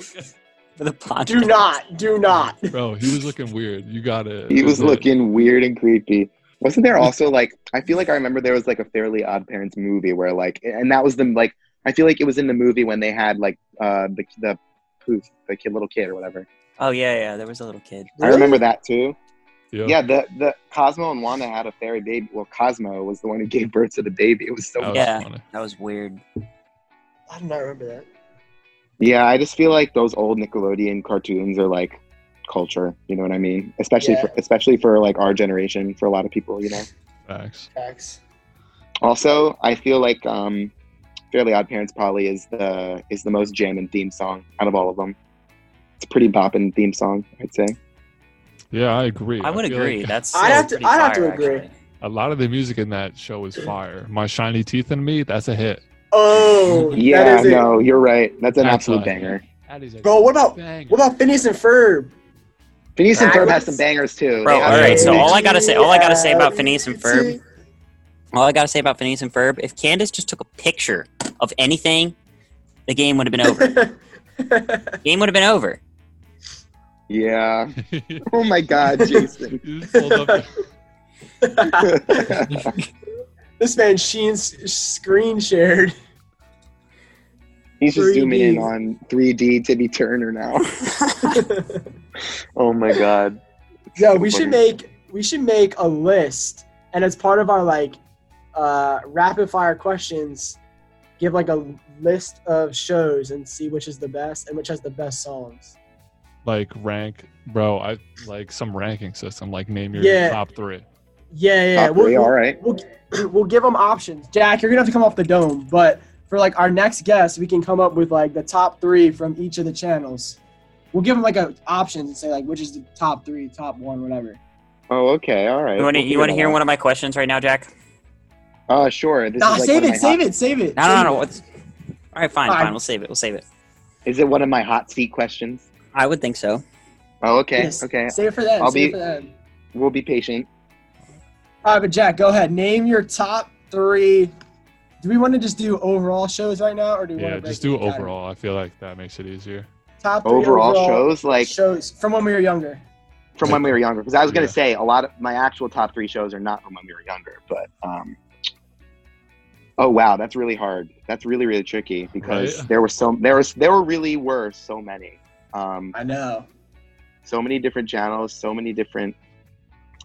Speaker 3: for the podcast
Speaker 4: Do not, do not.
Speaker 2: Bro, he was looking weird. You got it.
Speaker 1: He was
Speaker 2: It.
Speaker 1: looking weird and creepy. Wasn't there also like, I feel like I remember there was like a Fairly Odd Parents movie where like, and that was the like, I feel like it was in the movie when they had like uh, the the poof, the kid, little kid or whatever.
Speaker 3: oh yeah yeah there was a little kid
Speaker 1: I remember that too.
Speaker 2: Yeah.
Speaker 1: Yeah, the the Cosmo and Wanda had a fairy baby. Well, Cosmo was the one who gave birth to the baby. It was so
Speaker 2: That was
Speaker 3: Yeah.
Speaker 2: funny.
Speaker 3: that was weird
Speaker 4: I do not remember that.
Speaker 1: Yeah, I just feel like those old Nickelodeon cartoons are like culture. You know what I mean? Especially for especially for like our generation, for a lot of people. You know.
Speaker 2: Facts.
Speaker 4: Facts.
Speaker 1: Also, I feel like um, Fairly Odd Parents probably is the is the most jamming theme song out of all of them. It's a pretty bopping theme song, I'd say.
Speaker 2: Yeah, I agree.
Speaker 3: I would
Speaker 2: feel
Speaker 3: agree
Speaker 2: like
Speaker 3: that's
Speaker 4: I'd
Speaker 3: so
Speaker 4: have to-
Speaker 3: pretty
Speaker 4: I'd have
Speaker 3: fire,
Speaker 4: to agree.
Speaker 3: actually.
Speaker 2: a lot of the music in that show was fire. My Shiny Teeth and Me, that's a hit.
Speaker 4: Oh,
Speaker 1: Yeah,
Speaker 4: that is
Speaker 1: no, you're right. That's an
Speaker 2: That's
Speaker 1: absolute
Speaker 2: a-
Speaker 1: banger.
Speaker 2: That is a
Speaker 4: Bro, what about-
Speaker 2: banger.
Speaker 4: it. What about Phineas and Ferb?
Speaker 1: Phineas and Ferb
Speaker 4: That
Speaker 1: has
Speaker 4: was-
Speaker 1: some bangers too. They
Speaker 3: Bro,
Speaker 1: have
Speaker 3: all right.
Speaker 1: some
Speaker 3: So
Speaker 1: bangers.
Speaker 3: all I gotta say, all I gotta say about Phineas and Ferb, all I gotta say about Phineas and Ferb, if Candace just took a picture of anything, the game would have been over. game would have been over.
Speaker 1: yeah. Oh my God, Jason.
Speaker 2: You just pulled up-
Speaker 4: this man Sheen's screen shared.
Speaker 1: He's just zooming in
Speaker 4: 3D.
Speaker 1: on 3D Timmy Turner now. Oh my God.
Speaker 4: Yeah,
Speaker 1: So
Speaker 4: we should
Speaker 1: funny.
Speaker 4: make we should make a list, and as part of our like uh, rapid fire questions, give like a list of shows and see which is the best and which has the best songs.
Speaker 2: Like rank, bro. I like some ranking system. Like name your
Speaker 4: Yeah.
Speaker 2: top three.
Speaker 4: Yeah, yeah.
Speaker 1: Top three, all right.
Speaker 4: We'll, we'll give them options. Jack, you're gonna have to come off the dome, but for like our next guest, we can come up with like the top three from each of the channels. We'll give them like a options and say like which is the top three, top one, whatever.
Speaker 1: Oh, okay, all right.
Speaker 3: You want to
Speaker 1: We'll
Speaker 3: you want to
Speaker 1: figure it
Speaker 3: hear
Speaker 1: out.
Speaker 3: one of my questions right now, Jack?
Speaker 1: Uh, sure. This
Speaker 4: Nah,
Speaker 1: is like
Speaker 4: save
Speaker 1: one of
Speaker 4: it,
Speaker 1: my
Speaker 4: save
Speaker 1: hot-
Speaker 4: it, save it.
Speaker 3: No, no,
Speaker 4: save
Speaker 3: no.
Speaker 4: it.
Speaker 3: What's... All right, fine,
Speaker 4: Fine.
Speaker 3: fine. We'll save it. We'll save it.
Speaker 1: Is it one of my hot seat questions?
Speaker 3: I would think so.
Speaker 1: Oh, okay,
Speaker 4: Yes,
Speaker 1: okay.
Speaker 4: Save it for them.
Speaker 1: I'll
Speaker 4: save it
Speaker 1: be-
Speaker 4: for them.
Speaker 1: We'll be patient.
Speaker 4: All right, but Jack, go ahead. Name your top three. Do we want to just do overall shows right now, or do we
Speaker 2: Yeah,
Speaker 4: want to
Speaker 2: just do overall. I feel like that makes it easier.
Speaker 4: Top three
Speaker 1: Overall, shows like
Speaker 4: shows from when we were younger.
Speaker 1: from when we were younger, because I was gonna
Speaker 2: Yeah.
Speaker 1: say a lot of my actual top three shows are not from when we were younger, but um. Oh wow, that's really hard. That's really really tricky because
Speaker 2: Right.
Speaker 1: there were so there was there were really were so many. Um,
Speaker 4: I know.
Speaker 1: so many different channels, so many different.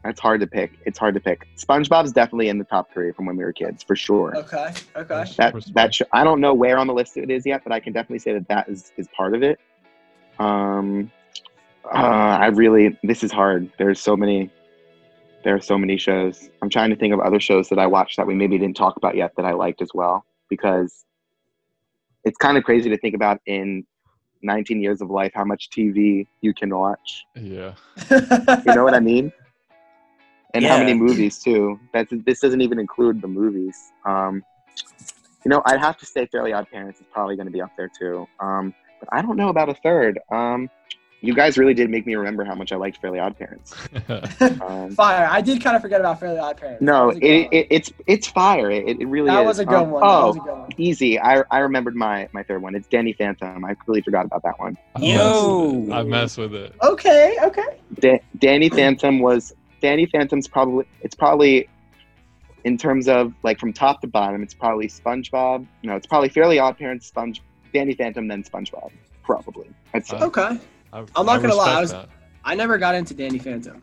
Speaker 1: It's hard to pick. It's hard to pick. SpongeBob's definitely in the top three from when we were kids, for sure.
Speaker 4: Okay. Okay.
Speaker 1: That
Speaker 2: Respect.
Speaker 1: that sh- I don't know where on the list it is yet, but I can definitely say that that is is part of it. Um, uh, I really this is hard. There's so many. There are so many shows. I'm trying to think of other shows that I watched that we maybe didn't talk about yet that I liked as well because it's kind of crazy to think about in 19 years of life how much TV you can watch.
Speaker 2: Yeah.
Speaker 1: You know what I mean? And how
Speaker 3: Yeah.
Speaker 1: many movies too? That's this doesn't even include the movies. Um, you know, I'd have to say Fairly Odd Parents is probably going to be up there too. Um, but I don't know about a third. Um, you guys really did make me remember how much I liked Fairly Odd Parents. Um,
Speaker 4: Fire. I did kind of forget about Fairly Odd Parents. That
Speaker 1: no,
Speaker 4: was a
Speaker 1: it,
Speaker 4: good one.
Speaker 1: it, it's it's fire. It, it really
Speaker 4: that
Speaker 1: is.
Speaker 4: was a good
Speaker 1: Um,
Speaker 4: one.
Speaker 1: Oh,
Speaker 4: That was a good one.
Speaker 1: easy. I, I remembered my my third one. It's Danny Phantom. I completely forgot about that one.
Speaker 2: I
Speaker 3: Yo.
Speaker 2: mess with it. I mess with it.
Speaker 4: Okay. Okay.
Speaker 1: Da- Danny Phantom was Danny Phantom's probably it's probably in terms of like from top to bottom it's probably SpongeBob. No, it's probably Fairly Odd Parents, Sponge, Danny Phantom, then SpongeBob. Probably. That's
Speaker 2: Uh,
Speaker 4: Okay.
Speaker 2: I,
Speaker 4: I'm not gonna lie, I was-
Speaker 2: respect
Speaker 4: I never got into Danny Phantom.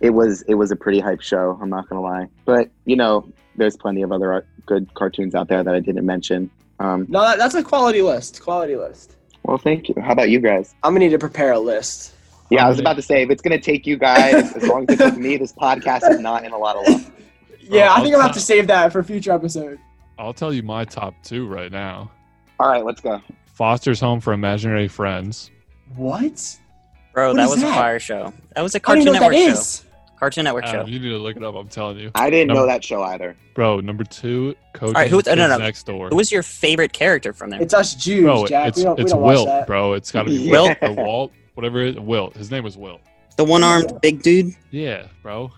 Speaker 1: it was it was a pretty hype show. I'm not gonna lie, but you know there's plenty of other uh, good cartoons out there that I didn't mention. Um,
Speaker 4: No, that, that's a quality list. Quality list.
Speaker 1: well, thank you. How about you guys?
Speaker 4: I'm gonna need to prepare a list.
Speaker 1: Yeah, I was about to say if it's gonna take you guys as long as it took me, this podcast is not in a lot of luck.
Speaker 4: Yeah,
Speaker 2: Oh,
Speaker 4: I think I'll have
Speaker 2: okay.
Speaker 4: to save that for future episode.
Speaker 2: I'll tell you my top two right now.
Speaker 1: All right, let's go.
Speaker 2: Foster's Home for Imaginary Friends.
Speaker 4: What?
Speaker 3: Bro,
Speaker 4: What
Speaker 3: that
Speaker 4: is
Speaker 3: was
Speaker 4: that?
Speaker 3: a fire show. That was a
Speaker 4: I don't
Speaker 3: Cartoon
Speaker 4: even know what
Speaker 3: Network
Speaker 4: that
Speaker 3: show.
Speaker 4: is. Uh,
Speaker 3: Cartoon Network
Speaker 2: Adam,
Speaker 3: show.
Speaker 2: you need to look it up. I'm telling you,
Speaker 1: I didn't know
Speaker 2: Number-
Speaker 1: that show either.
Speaker 2: bro. Number two, Coach
Speaker 3: right, who was- no, no, no.
Speaker 2: next door.
Speaker 3: Who was your favorite character from there?
Speaker 4: It's us Jews,
Speaker 2: bro?
Speaker 4: Jack.
Speaker 2: It's
Speaker 4: we don't, we
Speaker 2: it's
Speaker 4: don't watch
Speaker 2: Wilt,
Speaker 4: that.
Speaker 2: bro. It's got to be
Speaker 1: Yeah.
Speaker 2: Wilt or Walt, whatever. It, Wilt. His name was Wilt.
Speaker 3: The one armed big dude?
Speaker 2: Yeah, bro.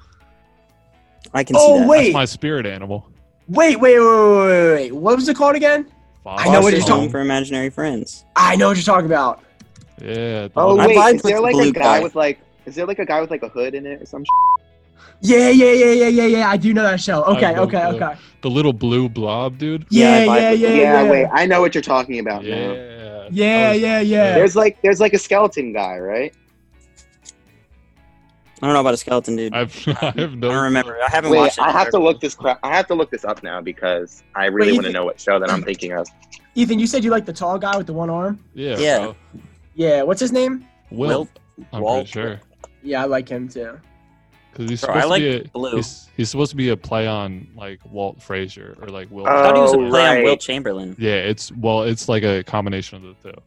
Speaker 3: I can see
Speaker 4: Oh
Speaker 3: that.
Speaker 4: wait,
Speaker 2: That's my spirit animal.
Speaker 4: wait, wait, wait, wait, wait, wait. What was it called again?
Speaker 2: Foster's
Speaker 4: I know what you're
Speaker 3: Foster's
Speaker 4: talking-
Speaker 3: Home for imaginary friends.
Speaker 4: I know what you're talking about.
Speaker 2: Yeah.
Speaker 1: Oh
Speaker 3: I
Speaker 1: wait,
Speaker 3: vibe
Speaker 1: is
Speaker 3: with
Speaker 1: there
Speaker 3: the
Speaker 1: like a
Speaker 3: blue
Speaker 1: guy,
Speaker 3: guy.
Speaker 1: with like? Is there like a guy with like a hood in it or some? Shit?
Speaker 4: Yeah, yeah, yeah, yeah, yeah, yeah. I do know that show.
Speaker 2: I
Speaker 4: Okay,
Speaker 2: know
Speaker 4: okay,
Speaker 2: that.
Speaker 4: okay.
Speaker 2: the little blue blob, dude.
Speaker 4: Yeah,
Speaker 1: I vibe
Speaker 4: yeah,
Speaker 1: with-
Speaker 4: yeah, yeah.
Speaker 1: Wait, I know what you're talking about. Now.
Speaker 2: Yeah.
Speaker 4: Yeah,
Speaker 2: That was-
Speaker 4: yeah, yeah.
Speaker 1: There's like there's like a skeleton guy, right?
Speaker 3: I don't know about a skeleton dude. I,
Speaker 2: I've, I have no.
Speaker 3: don't remember. I haven't
Speaker 1: Wait,
Speaker 3: watched it.
Speaker 1: I have to
Speaker 3: forever.
Speaker 1: look this crap. I have to look this up now because I really
Speaker 4: Wait,
Speaker 1: want to know what show that I'm thinking of.
Speaker 4: Ethan, you said you like the tall guy with the one arm.
Speaker 2: Yeah.
Speaker 3: Yeah.
Speaker 2: Bro.
Speaker 4: Yeah. What's his name?
Speaker 2: Wilt. I'm pretty
Speaker 3: Walt.
Speaker 2: sure
Speaker 4: Yeah, I like him too.
Speaker 2: because he's
Speaker 3: Bro,
Speaker 2: supposed
Speaker 3: I like
Speaker 2: to be a,
Speaker 3: blue.
Speaker 2: he's, he's supposed to be a play on like Walt Frazier or like Wilt.
Speaker 1: Oh,
Speaker 3: I thought he was a play
Speaker 1: right.
Speaker 3: on Will Chamberlain.
Speaker 2: Yeah, it's well, it's like a combination of the two.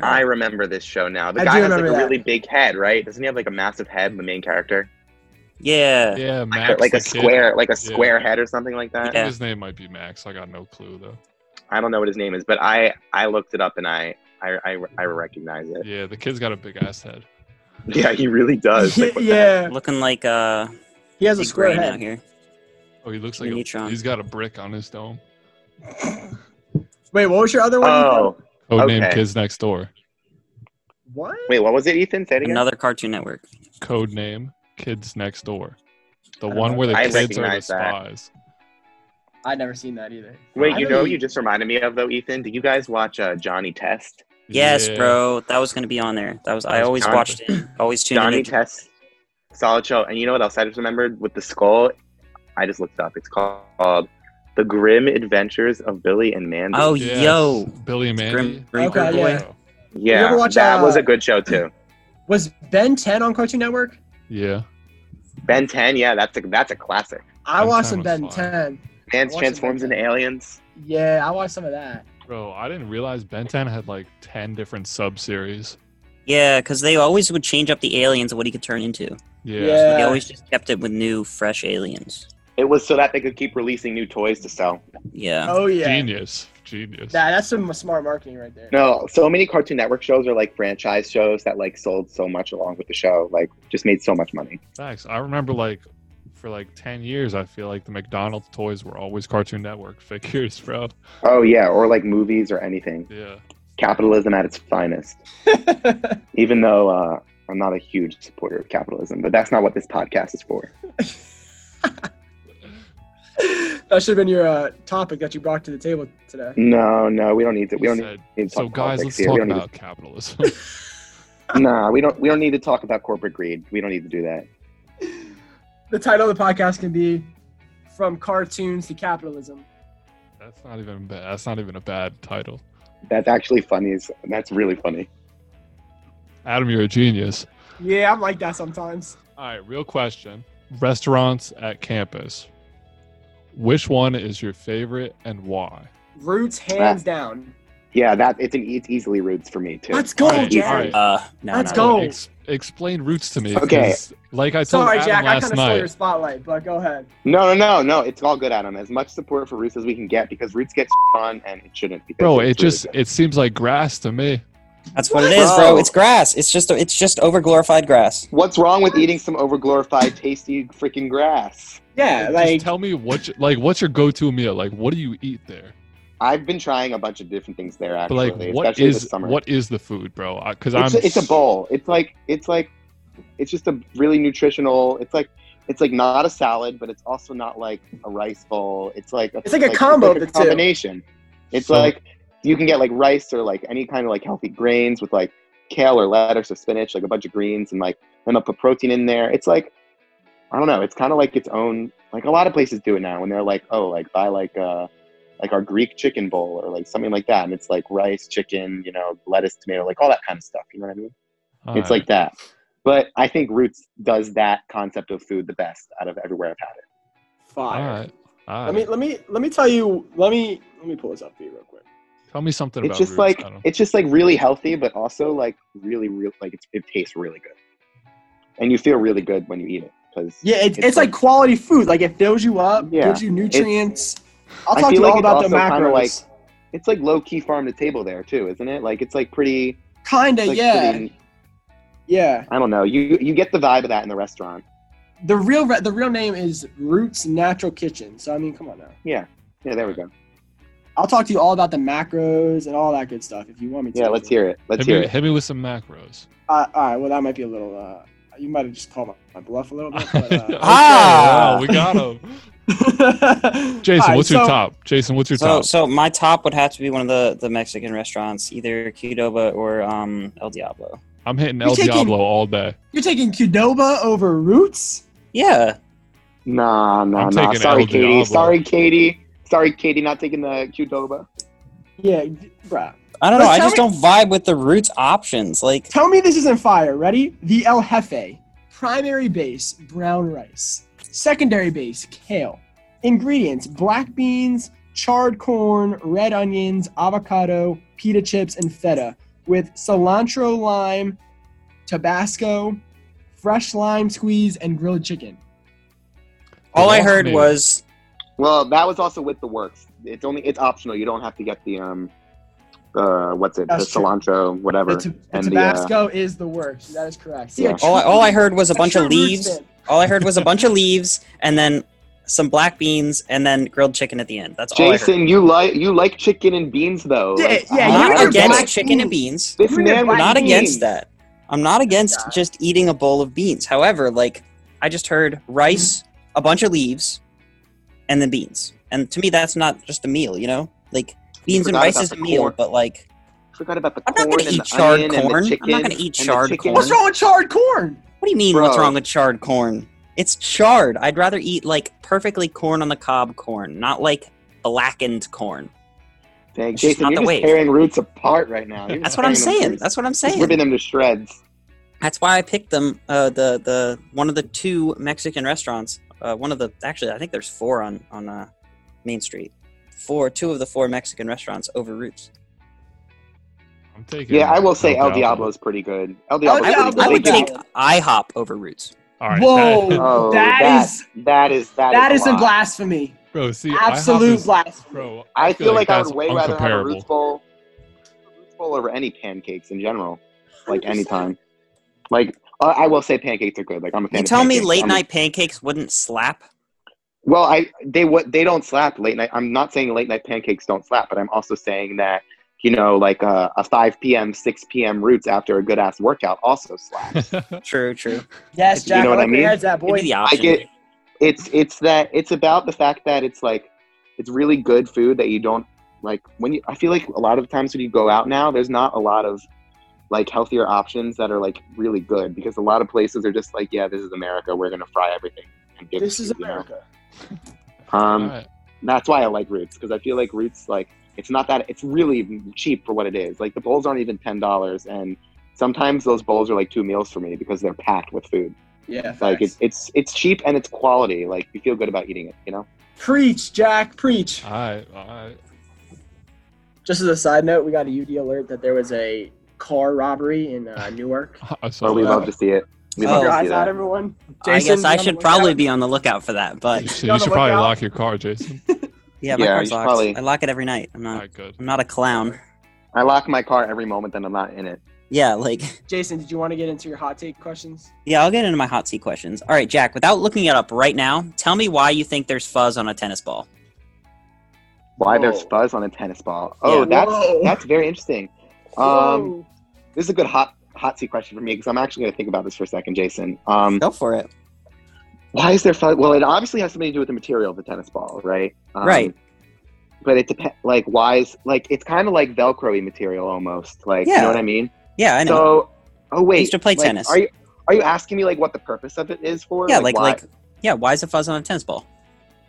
Speaker 1: I remember this show now. The
Speaker 4: I
Speaker 1: guy
Speaker 4: do
Speaker 1: has like a
Speaker 4: remember that.
Speaker 1: really big head, right? Doesn't he have like a massive head? The main character,
Speaker 3: Yeah.
Speaker 2: Yeah,
Speaker 1: Or,
Speaker 2: Max.
Speaker 1: like a
Speaker 2: the kid.
Speaker 1: square, like a square head or something like
Speaker 2: I
Speaker 1: that.
Speaker 2: think
Speaker 3: Yeah.
Speaker 2: His name might be Max. I got no clue though.
Speaker 1: I don't know what his name is, but I I looked it up and I I I, I recognize it.
Speaker 2: Yeah, the kid's got a big ass head.
Speaker 1: Yeah, he really does. Like, what the heck?
Speaker 4: yeah,
Speaker 3: Looking like uh
Speaker 4: he has a
Speaker 3: Big
Speaker 4: square
Speaker 3: Brain out
Speaker 4: head.
Speaker 3: here.
Speaker 2: Oh, he looks like a,
Speaker 3: Neutron.
Speaker 2: he's got a brick on his dome.
Speaker 4: Wait, what was your other one? Ethan?
Speaker 1: Oh
Speaker 2: Code name
Speaker 1: Okay.
Speaker 2: Kids Next Door.
Speaker 4: What?
Speaker 1: wait, what was it, Ethan? Say it again.
Speaker 3: Another Cartoon Network.
Speaker 2: Code name Kids Next Door. The
Speaker 4: I don't
Speaker 2: one
Speaker 4: know.
Speaker 2: where the
Speaker 1: I
Speaker 2: kids are the
Speaker 1: recognize that.
Speaker 2: spies.
Speaker 4: I'd never seen that either.
Speaker 1: Wait,
Speaker 4: I
Speaker 1: you
Speaker 4: don't
Speaker 1: know
Speaker 4: even-
Speaker 1: you just reminded me of though, Ethan. Did you guys watch uh, Johnny Test?
Speaker 3: Yes,
Speaker 2: Yeah.
Speaker 3: bro. That was gonna be on there. That was I
Speaker 2: was
Speaker 3: always
Speaker 1: Johnny-
Speaker 3: watched it. Always tuned
Speaker 1: Johnny
Speaker 3: in.
Speaker 1: Test, solid show. And you know what else I just remembered with the skull? I just looked it up. It's called The Grim Adventures of Billy and Mandy.
Speaker 3: Oh,
Speaker 2: Yes,
Speaker 3: yo.
Speaker 2: Billy and Mandy.
Speaker 3: Grim, Grim
Speaker 4: Okay,
Speaker 3: Purple.
Speaker 4: yeah.
Speaker 1: yeah,
Speaker 4: You ever watch,
Speaker 1: that
Speaker 4: uh,
Speaker 1: was a good show too.
Speaker 4: Was Ben 10 on Cartoon Network?
Speaker 2: Yeah.
Speaker 1: Ben 10, yeah, that's a that's a classic.
Speaker 4: I
Speaker 2: Ben 10
Speaker 4: watched some
Speaker 2: was fire.
Speaker 4: Ben 10.
Speaker 1: Hands
Speaker 4: Watch it
Speaker 1: transforms
Speaker 4: like that.
Speaker 1: into aliens.
Speaker 4: Yeah, I watched some of that.
Speaker 2: Bro, I didn't realize Ben 10 had like 10 different sub series.
Speaker 3: Yeah, because they always would change up the aliens and what he could turn into.
Speaker 2: Yeah.
Speaker 3: They always just kept it with new, fresh aliens.
Speaker 1: It was so that they could keep releasing new toys to sell.
Speaker 3: Yeah.
Speaker 4: Oh, yeah.
Speaker 2: Genius. Genius.
Speaker 4: That, that's some smart marketing right there.
Speaker 1: No, so many Cartoon Network shows are like franchise shows that like sold so much along with the show, like just made so much money.
Speaker 2: Facts. I remember like for like 10 years, I feel like the McDonald's toys were always Cartoon Network figures, bro.
Speaker 1: Oh yeah, or like movies or anything.
Speaker 2: Yeah.
Speaker 1: Capitalism at its finest. Even though uh, I'm not a huge supporter of capitalism, but that's not what this podcast is for.
Speaker 4: that should have been your uh, topic that you brought to the table today.
Speaker 1: No, no, we don't need to. We don't
Speaker 2: Said,
Speaker 1: need to talk
Speaker 2: so, guys,
Speaker 1: politics
Speaker 2: let's
Speaker 1: here.
Speaker 2: talk
Speaker 1: we don't
Speaker 2: about capitalism.
Speaker 1: Need to, nah, we don't. We don't need to talk about corporate greed. We don't need to do that.
Speaker 4: The title of the podcast can be From Cartoons to Capitalism.
Speaker 2: that's not even bad. That's not even a bad title.
Speaker 1: That's actually funny. as- That's really funny.
Speaker 2: Adam, you're a genius.
Speaker 4: Yeah, I'm like that sometimes.
Speaker 2: All right, real question. Restaurants at campus. Which one is your favorite and why?
Speaker 4: Roots hands down.
Speaker 1: Yeah, that it's an it's easily roots for me too.
Speaker 4: Let's go,
Speaker 2: Alright,
Speaker 4: Jack.
Speaker 2: alright.
Speaker 3: Uh, no,
Speaker 4: Let's
Speaker 3: no,
Speaker 4: go.
Speaker 2: Oh, ex- explain roots to me. 'cause,
Speaker 1: Okay.
Speaker 2: Like I told
Speaker 4: Sorry,
Speaker 2: Adam
Speaker 4: Jack. I kind
Speaker 2: last
Speaker 4: of stole your
Speaker 2: night.
Speaker 4: spotlight, but go ahead.
Speaker 1: No, no, no, no. It's all good, Adam. As much support for Roots as we can get because Roots gets on and it shouldn't. Because
Speaker 2: Bro,
Speaker 1: it's
Speaker 2: it
Speaker 1: really
Speaker 2: just
Speaker 1: good.
Speaker 2: it seems like grass to me.
Speaker 3: That's what it is,
Speaker 1: Bro.
Speaker 3: bro. It's grass. It's just it's just overglorified grass.
Speaker 1: What's wrong with eating some overglorified, tasty freaking grass?
Speaker 4: Yeah,
Speaker 2: just tell me what you, like what's your go-to meal? Like what do you eat there?
Speaker 1: I've been trying a bunch of different things there
Speaker 2: But
Speaker 1: actually,
Speaker 2: like what
Speaker 1: especially
Speaker 2: is
Speaker 1: this summer.
Speaker 2: what is the food, bro? I, Cuz I'm
Speaker 1: it's, a, it's a bowl. It's like it's like it's just a really nutritional. It's like it's like not a salad, but it's also not like a rice bowl. It's like a,
Speaker 4: It's like a combo of
Speaker 1: like
Speaker 4: the two.
Speaker 1: combination. It's
Speaker 2: So-
Speaker 1: like you can get like rice or like any kind of like healthy grains with like kale or lettuce or spinach, like a bunch of greens, and like then they'll put protein in there. It's like I don't know. It's kind of like its own. Like a lot of places do it now, when they're like, oh, like buy like uh like our Greek chicken bowl or like something like that, and it's like rice, chicken, you know, lettuce, tomato, like all that kind of stuff. You know what I mean?
Speaker 2: Uh,
Speaker 1: It's like that. But I think Roots does that concept of food the best out of everywhere I've had it.
Speaker 2: all
Speaker 4: Fire.
Speaker 2: right. All
Speaker 4: Let me
Speaker 2: right.
Speaker 4: let me let me tell you. Let me let me pull this up for you real quick.
Speaker 2: Tell me something
Speaker 1: it's
Speaker 2: about
Speaker 1: just
Speaker 2: roots,
Speaker 1: like
Speaker 2: Adam.
Speaker 1: it's just like really healthy, but also like really, real like it, it tastes really good, and you feel really good when you eat it because
Speaker 4: Yeah, it's,
Speaker 1: It's
Speaker 4: it's like,
Speaker 1: like-
Speaker 4: quality food. Like it fills you up,
Speaker 1: Yeah.
Speaker 4: gives you nutrients. I'll
Speaker 1: I
Speaker 4: talk to
Speaker 1: feel like
Speaker 4: you all
Speaker 1: it's
Speaker 4: about the
Speaker 1: also kinda
Speaker 4: macros.
Speaker 1: like- it's like low key farm to table there too, isn't it? Like it's like pretty.
Speaker 4: kinda,
Speaker 1: like,
Speaker 4: yeah,
Speaker 1: pretty-
Speaker 4: yeah.
Speaker 1: I don't know. You you get the vibe of that in the restaurant.
Speaker 4: The real re- the real name is Roots Natural Kitchen. So I mean, come on now.
Speaker 1: Yeah, there we go.
Speaker 4: I'll talk to you all about the macros and all that good stuff if you want me to.
Speaker 1: Yeah, let's hear it. Let's
Speaker 2: hit,
Speaker 1: hear
Speaker 2: me,
Speaker 1: it.
Speaker 2: hit me with some macros.
Speaker 4: Uh, all right, well that might be a little. Uh, you might have just called my, my bluff a little bit. But,
Speaker 2: Okay,
Speaker 4: uh,
Speaker 3: Ah!
Speaker 2: wow, we got him.
Speaker 4: all
Speaker 2: Jason,
Speaker 4: right,
Speaker 2: what's your
Speaker 4: so-
Speaker 2: top? Jason, what's your
Speaker 3: So
Speaker 2: top?
Speaker 3: so my top would have to be one of the the Mexican restaurants, either Qdoba or um El Diablo.
Speaker 2: I'm hitting
Speaker 4: You're
Speaker 2: El
Speaker 4: taking-
Speaker 2: Diablo all day.
Speaker 4: You're taking Qdoba over Roots?
Speaker 3: Yeah.
Speaker 1: Nah, nah,
Speaker 2: I'm
Speaker 1: nah.
Speaker 2: taking
Speaker 1: Sorry,
Speaker 2: El
Speaker 1: Katie.
Speaker 2: Diablo.
Speaker 1: Sorry, Katie. Sorry, Katie. Not taking the Qdoba.
Speaker 4: Yeah, bruh.
Speaker 3: I don't know.
Speaker 4: But
Speaker 3: I
Speaker 4: tell
Speaker 3: just
Speaker 4: me-
Speaker 3: don't vibe with the roots options. Like
Speaker 4: Tell me this isn't fire. Ready? The El Jefe. Primary base, brown rice. Secondary base, kale. Ingredients, black beans, charred corn, red onions, avocado, pita chips, and feta. With cilantro lime, Tabasco, fresh lime squeeze, and grilled chicken.
Speaker 3: all I
Speaker 2: lost
Speaker 3: heard
Speaker 2: me.
Speaker 3: was
Speaker 1: Well, that was also with the works. It's only it's optional. You don't have to get the um, uh, what's it?
Speaker 4: That's
Speaker 1: the
Speaker 4: true.
Speaker 1: cilantro, whatever.
Speaker 4: The, ta- the
Speaker 1: And the, uh,
Speaker 4: Tabasco is the worst. That is correct. See,
Speaker 1: Yeah.
Speaker 4: a true-
Speaker 3: all I, all I heard was a
Speaker 4: a
Speaker 3: bunch
Speaker 4: true
Speaker 3: of
Speaker 4: roots
Speaker 3: leaves.
Speaker 4: fan.
Speaker 3: All I heard was a bunch of leaves and then some black beans and then grilled chicken at the end. That's all I heard.
Speaker 1: Jason, you like you like chicken and beans though.
Speaker 4: Yeah,
Speaker 1: Like, I-
Speaker 4: yeah, you
Speaker 1: I-
Speaker 4: and
Speaker 3: not
Speaker 4: your
Speaker 3: against
Speaker 4: black
Speaker 3: chicken and beans.
Speaker 1: This
Speaker 4: you and your
Speaker 1: man
Speaker 4: black
Speaker 1: was
Speaker 3: not
Speaker 1: mean.
Speaker 3: against that. I'm not against
Speaker 4: Yeah.
Speaker 3: just eating a bowl of beans. However, like I just heard rice, a bunch of leaves, and then beans. And to me, that's not just a meal. You know, like beans and
Speaker 1: forgot
Speaker 3: rice
Speaker 1: about
Speaker 3: is a
Speaker 1: the
Speaker 3: meal,
Speaker 1: corn.
Speaker 3: but like
Speaker 1: Forgot about the
Speaker 3: I'm not
Speaker 1: corn
Speaker 3: gonna
Speaker 1: and
Speaker 3: eat
Speaker 1: the
Speaker 3: charred
Speaker 1: onion and the
Speaker 3: corn. I'm not
Speaker 1: chicken
Speaker 3: gonna eat
Speaker 1: and the
Speaker 3: charred
Speaker 1: chicken.
Speaker 3: corn.
Speaker 4: What's wrong with charred corn?
Speaker 3: what do you mean? What's
Speaker 1: Bro.
Speaker 3: wrong with charred corn? It's charred. I'd rather eat like perfectly corn on the cob corn, not like blackened corn.
Speaker 1: Dang,
Speaker 3: It's just
Speaker 1: Jason,
Speaker 3: not
Speaker 1: you're
Speaker 3: the
Speaker 1: just
Speaker 3: wave.
Speaker 1: tearing roots apart right now. You're
Speaker 3: That's
Speaker 1: just
Speaker 3: what I'm
Speaker 1: tearing them
Speaker 3: saying.
Speaker 1: to-
Speaker 3: That's what I'm
Speaker 1: just
Speaker 3: saying.
Speaker 1: ripping them to shreds.
Speaker 3: That's why I picked them. Uh, the the one of the two Mexican restaurants. Uh, one of the actually, I think there's four on on uh, Main Street. Four, two of the four Mexican restaurants over Roots.
Speaker 2: I'm taking.
Speaker 1: Yeah, I will say El Diablo
Speaker 2: Diablo's.
Speaker 1: is pretty good. El
Speaker 4: El
Speaker 1: Diablo.
Speaker 3: I would, I would
Speaker 4: Diablo.
Speaker 3: take IHOP over Roots.
Speaker 2: All right,
Speaker 4: Whoa,
Speaker 2: that-
Speaker 1: Oh,
Speaker 4: that
Speaker 1: that-
Speaker 4: is
Speaker 1: That is that.
Speaker 4: that is
Speaker 1: a
Speaker 4: a
Speaker 1: lot.
Speaker 4: blasphemy.
Speaker 2: bro. See, IHOP
Speaker 4: Absolute
Speaker 2: is-
Speaker 4: blasphemy.
Speaker 2: bro.
Speaker 1: I feel like I would
Speaker 2: that's
Speaker 1: way rather have a
Speaker 2: uncomparable.
Speaker 1: roots bowl, roots bowl over any pancakes in general, like anytime. Like uh, I will say, pancakes are good. Like I'm a fan.
Speaker 3: You
Speaker 1: of
Speaker 3: tell me
Speaker 1: pancakes.
Speaker 3: late
Speaker 1: I'm-
Speaker 3: night pancakes wouldn't slap?
Speaker 1: Well, I they what they don't slap late night. I'm not saying late night pancakes don't slap, but I'm also saying that you know like uh, a 5 p.m. 6 p.m. roots after a good ass workout also slaps.
Speaker 3: True, true.
Speaker 4: Yes,
Speaker 1: You know
Speaker 4: Jack.
Speaker 1: what
Speaker 4: I
Speaker 1: I
Speaker 4: like your
Speaker 1: mean?
Speaker 4: heads at,
Speaker 3: Give me
Speaker 4: boy.
Speaker 3: the option.
Speaker 1: get- it's it's that it's about the fact that it's like it's really good food that you don't like when you. I feel like a lot of times when you go out now, there's not a lot of like healthier options that are like really good because a lot of places are just like yeah, this is America. We're gonna fry everything. And give it
Speaker 4: This
Speaker 1: to
Speaker 4: is
Speaker 1: you, you know?
Speaker 4: America.
Speaker 1: Um,
Speaker 2: All right.
Speaker 1: that's why I like Roots because I feel like Roots like it's not that it's really cheap for what it is. Like the bowls aren't even ten dollars, and sometimes those bowls are like two meals for me because they're packed with food.
Speaker 4: Yeah,
Speaker 1: Like
Speaker 4: facts.
Speaker 1: it's it's it's cheap and it's quality. Like you feel good about eating it, you know.
Speaker 4: preach, Jack, preach.
Speaker 3: Uh,
Speaker 2: All right, all right.
Speaker 4: Just as a side note, we got a UD alert that there was a car robbery in uh, Newark.
Speaker 2: I saw
Speaker 1: So we
Speaker 2: that.
Speaker 1: love to see it. We
Speaker 3: Oh.
Speaker 1: love
Speaker 4: Keep your
Speaker 1: to see
Speaker 4: eyes out,
Speaker 1: that.
Speaker 4: everyone.
Speaker 3: I
Speaker 4: Jason,
Speaker 3: guess I
Speaker 4: you on
Speaker 3: should
Speaker 4: the
Speaker 3: probably
Speaker 4: lookout?
Speaker 3: be on the lookout for that.
Speaker 2: You
Speaker 3: But
Speaker 2: should, you should
Speaker 4: Gotta
Speaker 2: probably
Speaker 4: look out.
Speaker 2: lock your car, Jason.
Speaker 3: yeah, my
Speaker 1: Yeah,
Speaker 3: car's
Speaker 1: you should
Speaker 3: locked.
Speaker 1: probably-
Speaker 3: I lock it every night. I'm
Speaker 2: All
Speaker 3: not.
Speaker 2: right, good.
Speaker 3: I'm not a clown.
Speaker 1: I lock my car every moment that I'm not in it.
Speaker 3: Yeah, like
Speaker 4: Jason, did you want to get into your hot take questions?
Speaker 3: yeah. I'll get into my hot seat questions. All right, Jack. Without looking it up right now, tell me why you think there's fuzz on a tennis ball.
Speaker 1: Why
Speaker 4: Whoa.
Speaker 1: there's fuzz on a tennis ball? Oh,
Speaker 3: Yeah.
Speaker 1: that's
Speaker 4: Oh. Whoa.
Speaker 1: that's very interesting. Um,
Speaker 4: Whoa.
Speaker 1: this is a good hot hot seat question for me because I'm actually going to think about this for a second, Jason. Um,
Speaker 3: Go for it.
Speaker 1: why is there fuzz? Well, it obviously has something to do with the material of the tennis ball, right? Um,
Speaker 3: Right.
Speaker 1: But it depends. Like, why is like it's kind of like Velcro-y material almost. Like, you
Speaker 3: Yeah.
Speaker 1: know what I mean?
Speaker 3: Yeah, I know.
Speaker 1: So, oh wait,
Speaker 3: used to play
Speaker 1: like,
Speaker 3: tennis.
Speaker 1: Are you are you asking me like what the purpose of it is for?
Speaker 3: yeah, like
Speaker 1: why-
Speaker 3: like yeah. Why is it fuzz on a tennis ball?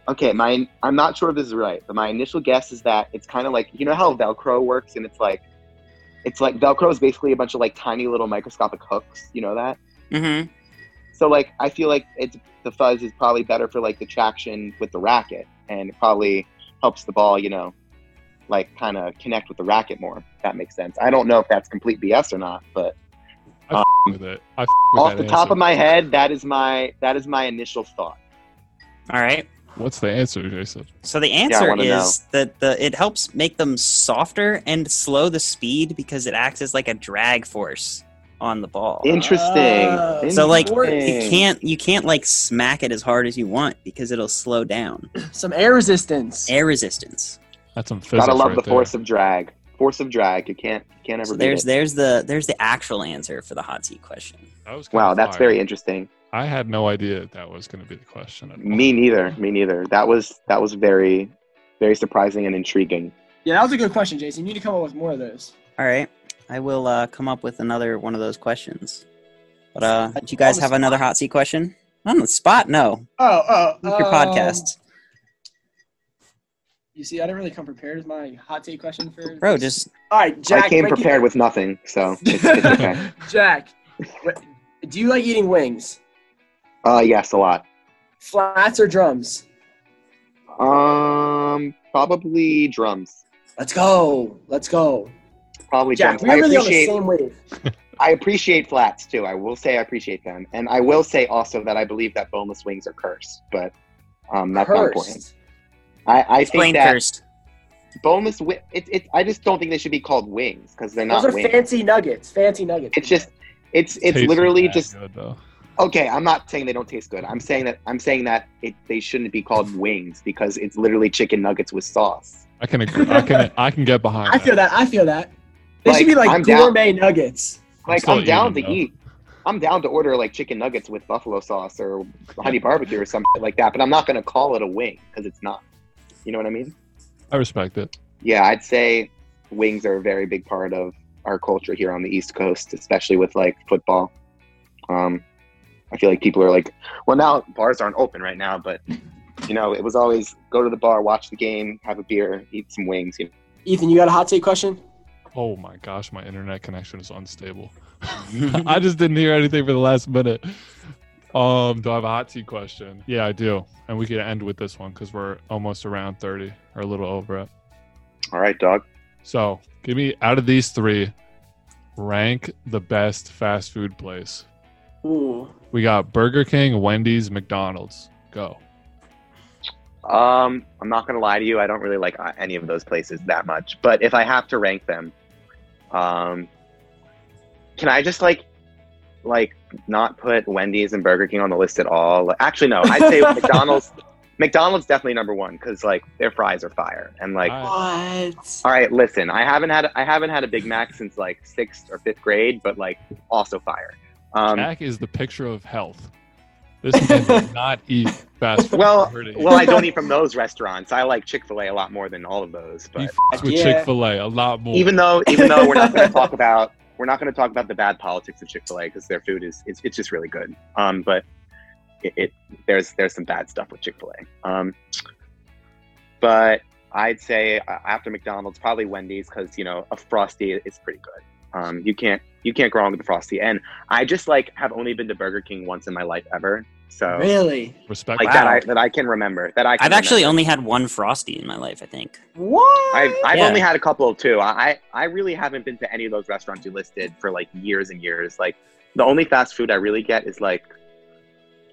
Speaker 1: okay, my I'm not sure if this is right, but my initial guess is that it's kind of like you know how Velcro works, and it's like it's like Velcro is basically a bunch of like tiny little microscopic hooks. You know that.
Speaker 3: Mm-hmm.
Speaker 1: So like I feel like it's the fuzz is probably better for like the traction with the racket and it probably helps the ball, you know, like kind of connect with the racket more. If that makes sense. I don't know if that's complete BS or not, but
Speaker 2: With it, I f- with
Speaker 1: off
Speaker 2: that
Speaker 1: the top
Speaker 2: answer.
Speaker 1: of my head, that is my that is my initial thought.
Speaker 3: All right.
Speaker 2: What's the answer, Jason?
Speaker 3: So the answer
Speaker 1: wanna
Speaker 3: is that the it helps make them softer and slow the speed because it acts as like a drag force on the ball.
Speaker 1: Interesting.
Speaker 4: Ah.
Speaker 3: So, like, you
Speaker 1: Interesting.
Speaker 3: can't you can't like smack it as hard as you want because it'll slow down
Speaker 4: Some air resistance.
Speaker 3: air resistance.
Speaker 2: That's some physics.
Speaker 1: gotta love
Speaker 2: right
Speaker 1: the
Speaker 2: there.
Speaker 1: force of drag. Force of drag. You can't you can't ever
Speaker 3: So
Speaker 1: beat
Speaker 3: there's
Speaker 1: it.
Speaker 3: there's the there's the actual answer for the hot seat question.
Speaker 2: That was kinda
Speaker 1: Wow, that's
Speaker 2: fire.
Speaker 1: very interesting.
Speaker 2: I had no idea that was going to be the question. at all.
Speaker 1: Me neither. Me neither. That was that was very very surprising and intriguing.
Speaker 4: Yeah, that was a good question, Jason. You need to come up with more of those.
Speaker 3: All right, I will uh, come up with another one of those questions. But uh, do you guys have another hot seat question? Not on the spot, no.
Speaker 4: Oh, oh,
Speaker 3: Your
Speaker 4: um,
Speaker 3: podcast,
Speaker 4: You see, I didn't really come prepared with my hot take question for.
Speaker 3: bro. Just
Speaker 4: all right, Jack.
Speaker 1: I came
Speaker 4: break it-
Speaker 1: prepared with nothing, so it's, it's okay.
Speaker 4: Jack, what, do you like eating wings,
Speaker 1: Uh, yes, a lot.
Speaker 4: flats or drums?
Speaker 1: Um, probably drums.
Speaker 4: Let's go. Let's go.
Speaker 1: Probably
Speaker 4: Jack,
Speaker 1: drums.
Speaker 4: we're
Speaker 1: I
Speaker 4: really on the
Speaker 1: appreciate
Speaker 4: same wave.
Speaker 1: I appreciate flats too. I will say I appreciate them, and I will say also that I believe that boneless wings are cursed, but um, that's not important.
Speaker 4: Cursed.
Speaker 1: I, I
Speaker 3: explain
Speaker 1: think that
Speaker 3: first.
Speaker 1: boneless wi- it, it, I just don't think they should be called wings because they're
Speaker 4: Those
Speaker 1: not
Speaker 4: are
Speaker 1: wings.
Speaker 4: fancy nuggets. Fancy nuggets.
Speaker 1: It's just it's it's
Speaker 2: Tastes
Speaker 1: literally
Speaker 2: bad
Speaker 1: just
Speaker 2: good, though.
Speaker 1: okay. I'm not saying they don't taste good. I'm saying that I'm saying that it they shouldn't be called wings because it's literally chicken nuggets with sauce.
Speaker 2: I can agree. I can I can get behind.
Speaker 4: I feel that. I feel that. They should be
Speaker 1: Like,
Speaker 4: like
Speaker 1: I'm down-
Speaker 4: gourmet nuggets.
Speaker 1: Like
Speaker 2: still
Speaker 1: I'm, down to
Speaker 2: eating, though.
Speaker 1: eat. I'm down to order like chicken nuggets with buffalo sauce or honey barbecue or something like that. But I'm not gonna call it a wing because it's not. You know what I mean?
Speaker 2: I respect it.
Speaker 1: Yeah, I'd say wings are a very big part of our culture here on the East Coast, especially with like football. Um, I feel like people are like, well, now bars aren't open right now, but You know, it was always go to the bar, watch the game, have a beer, eat some wings. You know?
Speaker 4: Ethan, you got a hot take question?
Speaker 2: Oh my gosh, my internet connection is unstable. I just didn't hear anything for the last minute. Um, do I have a hot tea question? Yeah, I do, and we could end with this one because we're almost around thirty or a little over it.
Speaker 1: All right, dog.
Speaker 2: So, give me out of these three, rank the best fast food place.
Speaker 4: Ooh.
Speaker 2: We got Burger King, Wendy's, McDonald's. Go.
Speaker 1: Um, I'm not gonna lie to you. I don't really like uh, any of those places that much. But if I have to rank them, um, can I just like, like not put Wendy's and Burger King on the list at all? Like, actually, no. I'd say McDonald's. McDonald's definitely number one because like their fries are fire and like.
Speaker 2: All right.
Speaker 4: What?
Speaker 1: All right, listen. I haven't had I haven't had a Big Mac since like sixth or fifth grade, but like also fire. Um,
Speaker 2: Jack is the picture of health. This man does not eat fast food.
Speaker 1: Well,
Speaker 2: You heard it here.
Speaker 1: well, I don't eat from those restaurants. I like Chick Fil A a lot more than all of those.
Speaker 2: he
Speaker 1: But
Speaker 2: fucks with
Speaker 4: Yeah.
Speaker 2: Chick Fil A a lot more.
Speaker 1: even though, even though we're not going to talk about we're not going to talk about the bad politics of Chick Fil A because their food is it's, it's just really good. Um, but it, it there's there's some bad stuff with Chick Fil A. Um, but I'd say uh, after McDonald's, probably Wendy's because you know a frosty is pretty good. Um, you can't you can't go wrong with the frosty. And I just like have only been to Burger King once in my life ever. So
Speaker 4: Really?
Speaker 2: respect.
Speaker 1: like
Speaker 3: Wow.
Speaker 1: that I that I can remember that I can
Speaker 3: I've actually
Speaker 1: remember.
Speaker 3: only had one Frosty in my life, I think.
Speaker 4: What?
Speaker 1: I've, I've
Speaker 3: Yeah.
Speaker 1: only had a couple too. I, I really haven't been to any of those restaurants you listed for like years and years. Like the only fast food I really get is like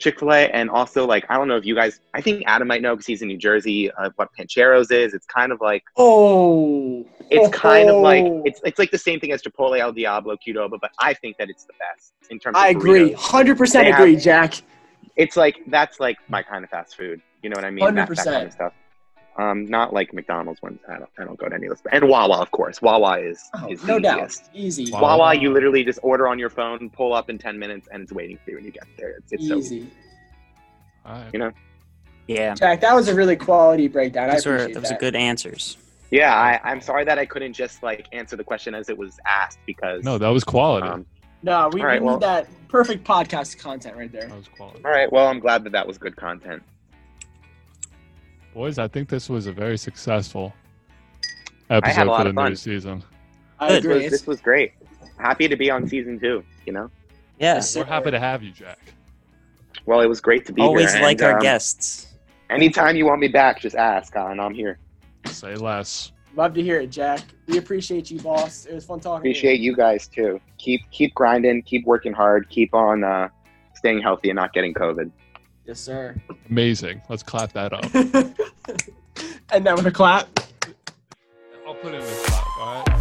Speaker 1: Chick Fil A, and also like I don't know if you guys. I think Adam might know because he's in New Jersey. Uh, what Pancheros is? It's kind of like
Speaker 4: oh.
Speaker 1: it's kind of like
Speaker 4: Oh.
Speaker 1: it's it's like the same thing as Chipotle, El Diablo, Qdoba, but I think that it's the best in terms. of
Speaker 4: I agree.
Speaker 1: burritos.
Speaker 4: 100%
Speaker 1: They have-
Speaker 4: agree, Jack.
Speaker 1: It's like that's like my kind of fast food. You know what I mean? That- That, kind
Speaker 4: 100%.
Speaker 1: of stuff. Um, not like McDonald's ones. I don't, I don't go to any of those. And Wawa, of course. Wawa is,
Speaker 4: Oh,
Speaker 1: is
Speaker 4: no
Speaker 1: the
Speaker 4: doubt.
Speaker 1: easiest.
Speaker 4: Easy.
Speaker 2: Wow.
Speaker 1: Wawa, you literally just order on your phone, pull up in 10 minutes, and it's waiting for you when you get there. It's, it's so easy.
Speaker 4: Easy.
Speaker 2: All right.
Speaker 1: you know?
Speaker 3: Yeah.
Speaker 4: Jack, that was a really quality breakdown. I
Speaker 3: Those were
Speaker 4: appreciate
Speaker 3: those are
Speaker 4: that.
Speaker 3: good answers.
Speaker 1: Yeah, I, I'm sorry that I couldn't just like answer the question as it was asked because.
Speaker 2: No, that was quality.
Speaker 1: um,
Speaker 4: No, we,
Speaker 1: All right,
Speaker 4: we
Speaker 1: well-
Speaker 4: need that perfect podcast content right there.
Speaker 2: that was quality.
Speaker 1: all right. Well, I'm glad that that was good content.
Speaker 2: Boys, I think this was a very successful
Speaker 1: had a
Speaker 2: episode
Speaker 1: lot
Speaker 2: for the
Speaker 1: of
Speaker 2: new
Speaker 1: fun.
Speaker 2: season.
Speaker 4: I
Speaker 3: Good.
Speaker 1: This was,
Speaker 4: agree.
Speaker 1: this
Speaker 4: It's,
Speaker 1: was great. Happy to be on season two, you know?
Speaker 3: Yeah.
Speaker 4: Yes.
Speaker 2: We're happy to have you, Jack.
Speaker 1: Well, it was great to be
Speaker 3: Always
Speaker 1: here.
Speaker 3: like
Speaker 1: and,
Speaker 3: our
Speaker 1: um,
Speaker 3: guests.
Speaker 1: Anytime you want me back, just ask, uh, and I'm here.
Speaker 2: Say less.
Speaker 4: love to hear it, Jack. We appreciate you, boss. It was fun talking to you.
Speaker 1: Appreciate you guys too. Keep keep grinding, keep working hard, keep on uh, staying healthy and not getting COVID.
Speaker 4: Yes, sir.
Speaker 2: Amazing. Let's clap that up.
Speaker 4: and now with a clap.
Speaker 2: I'll put it in the clap. All right.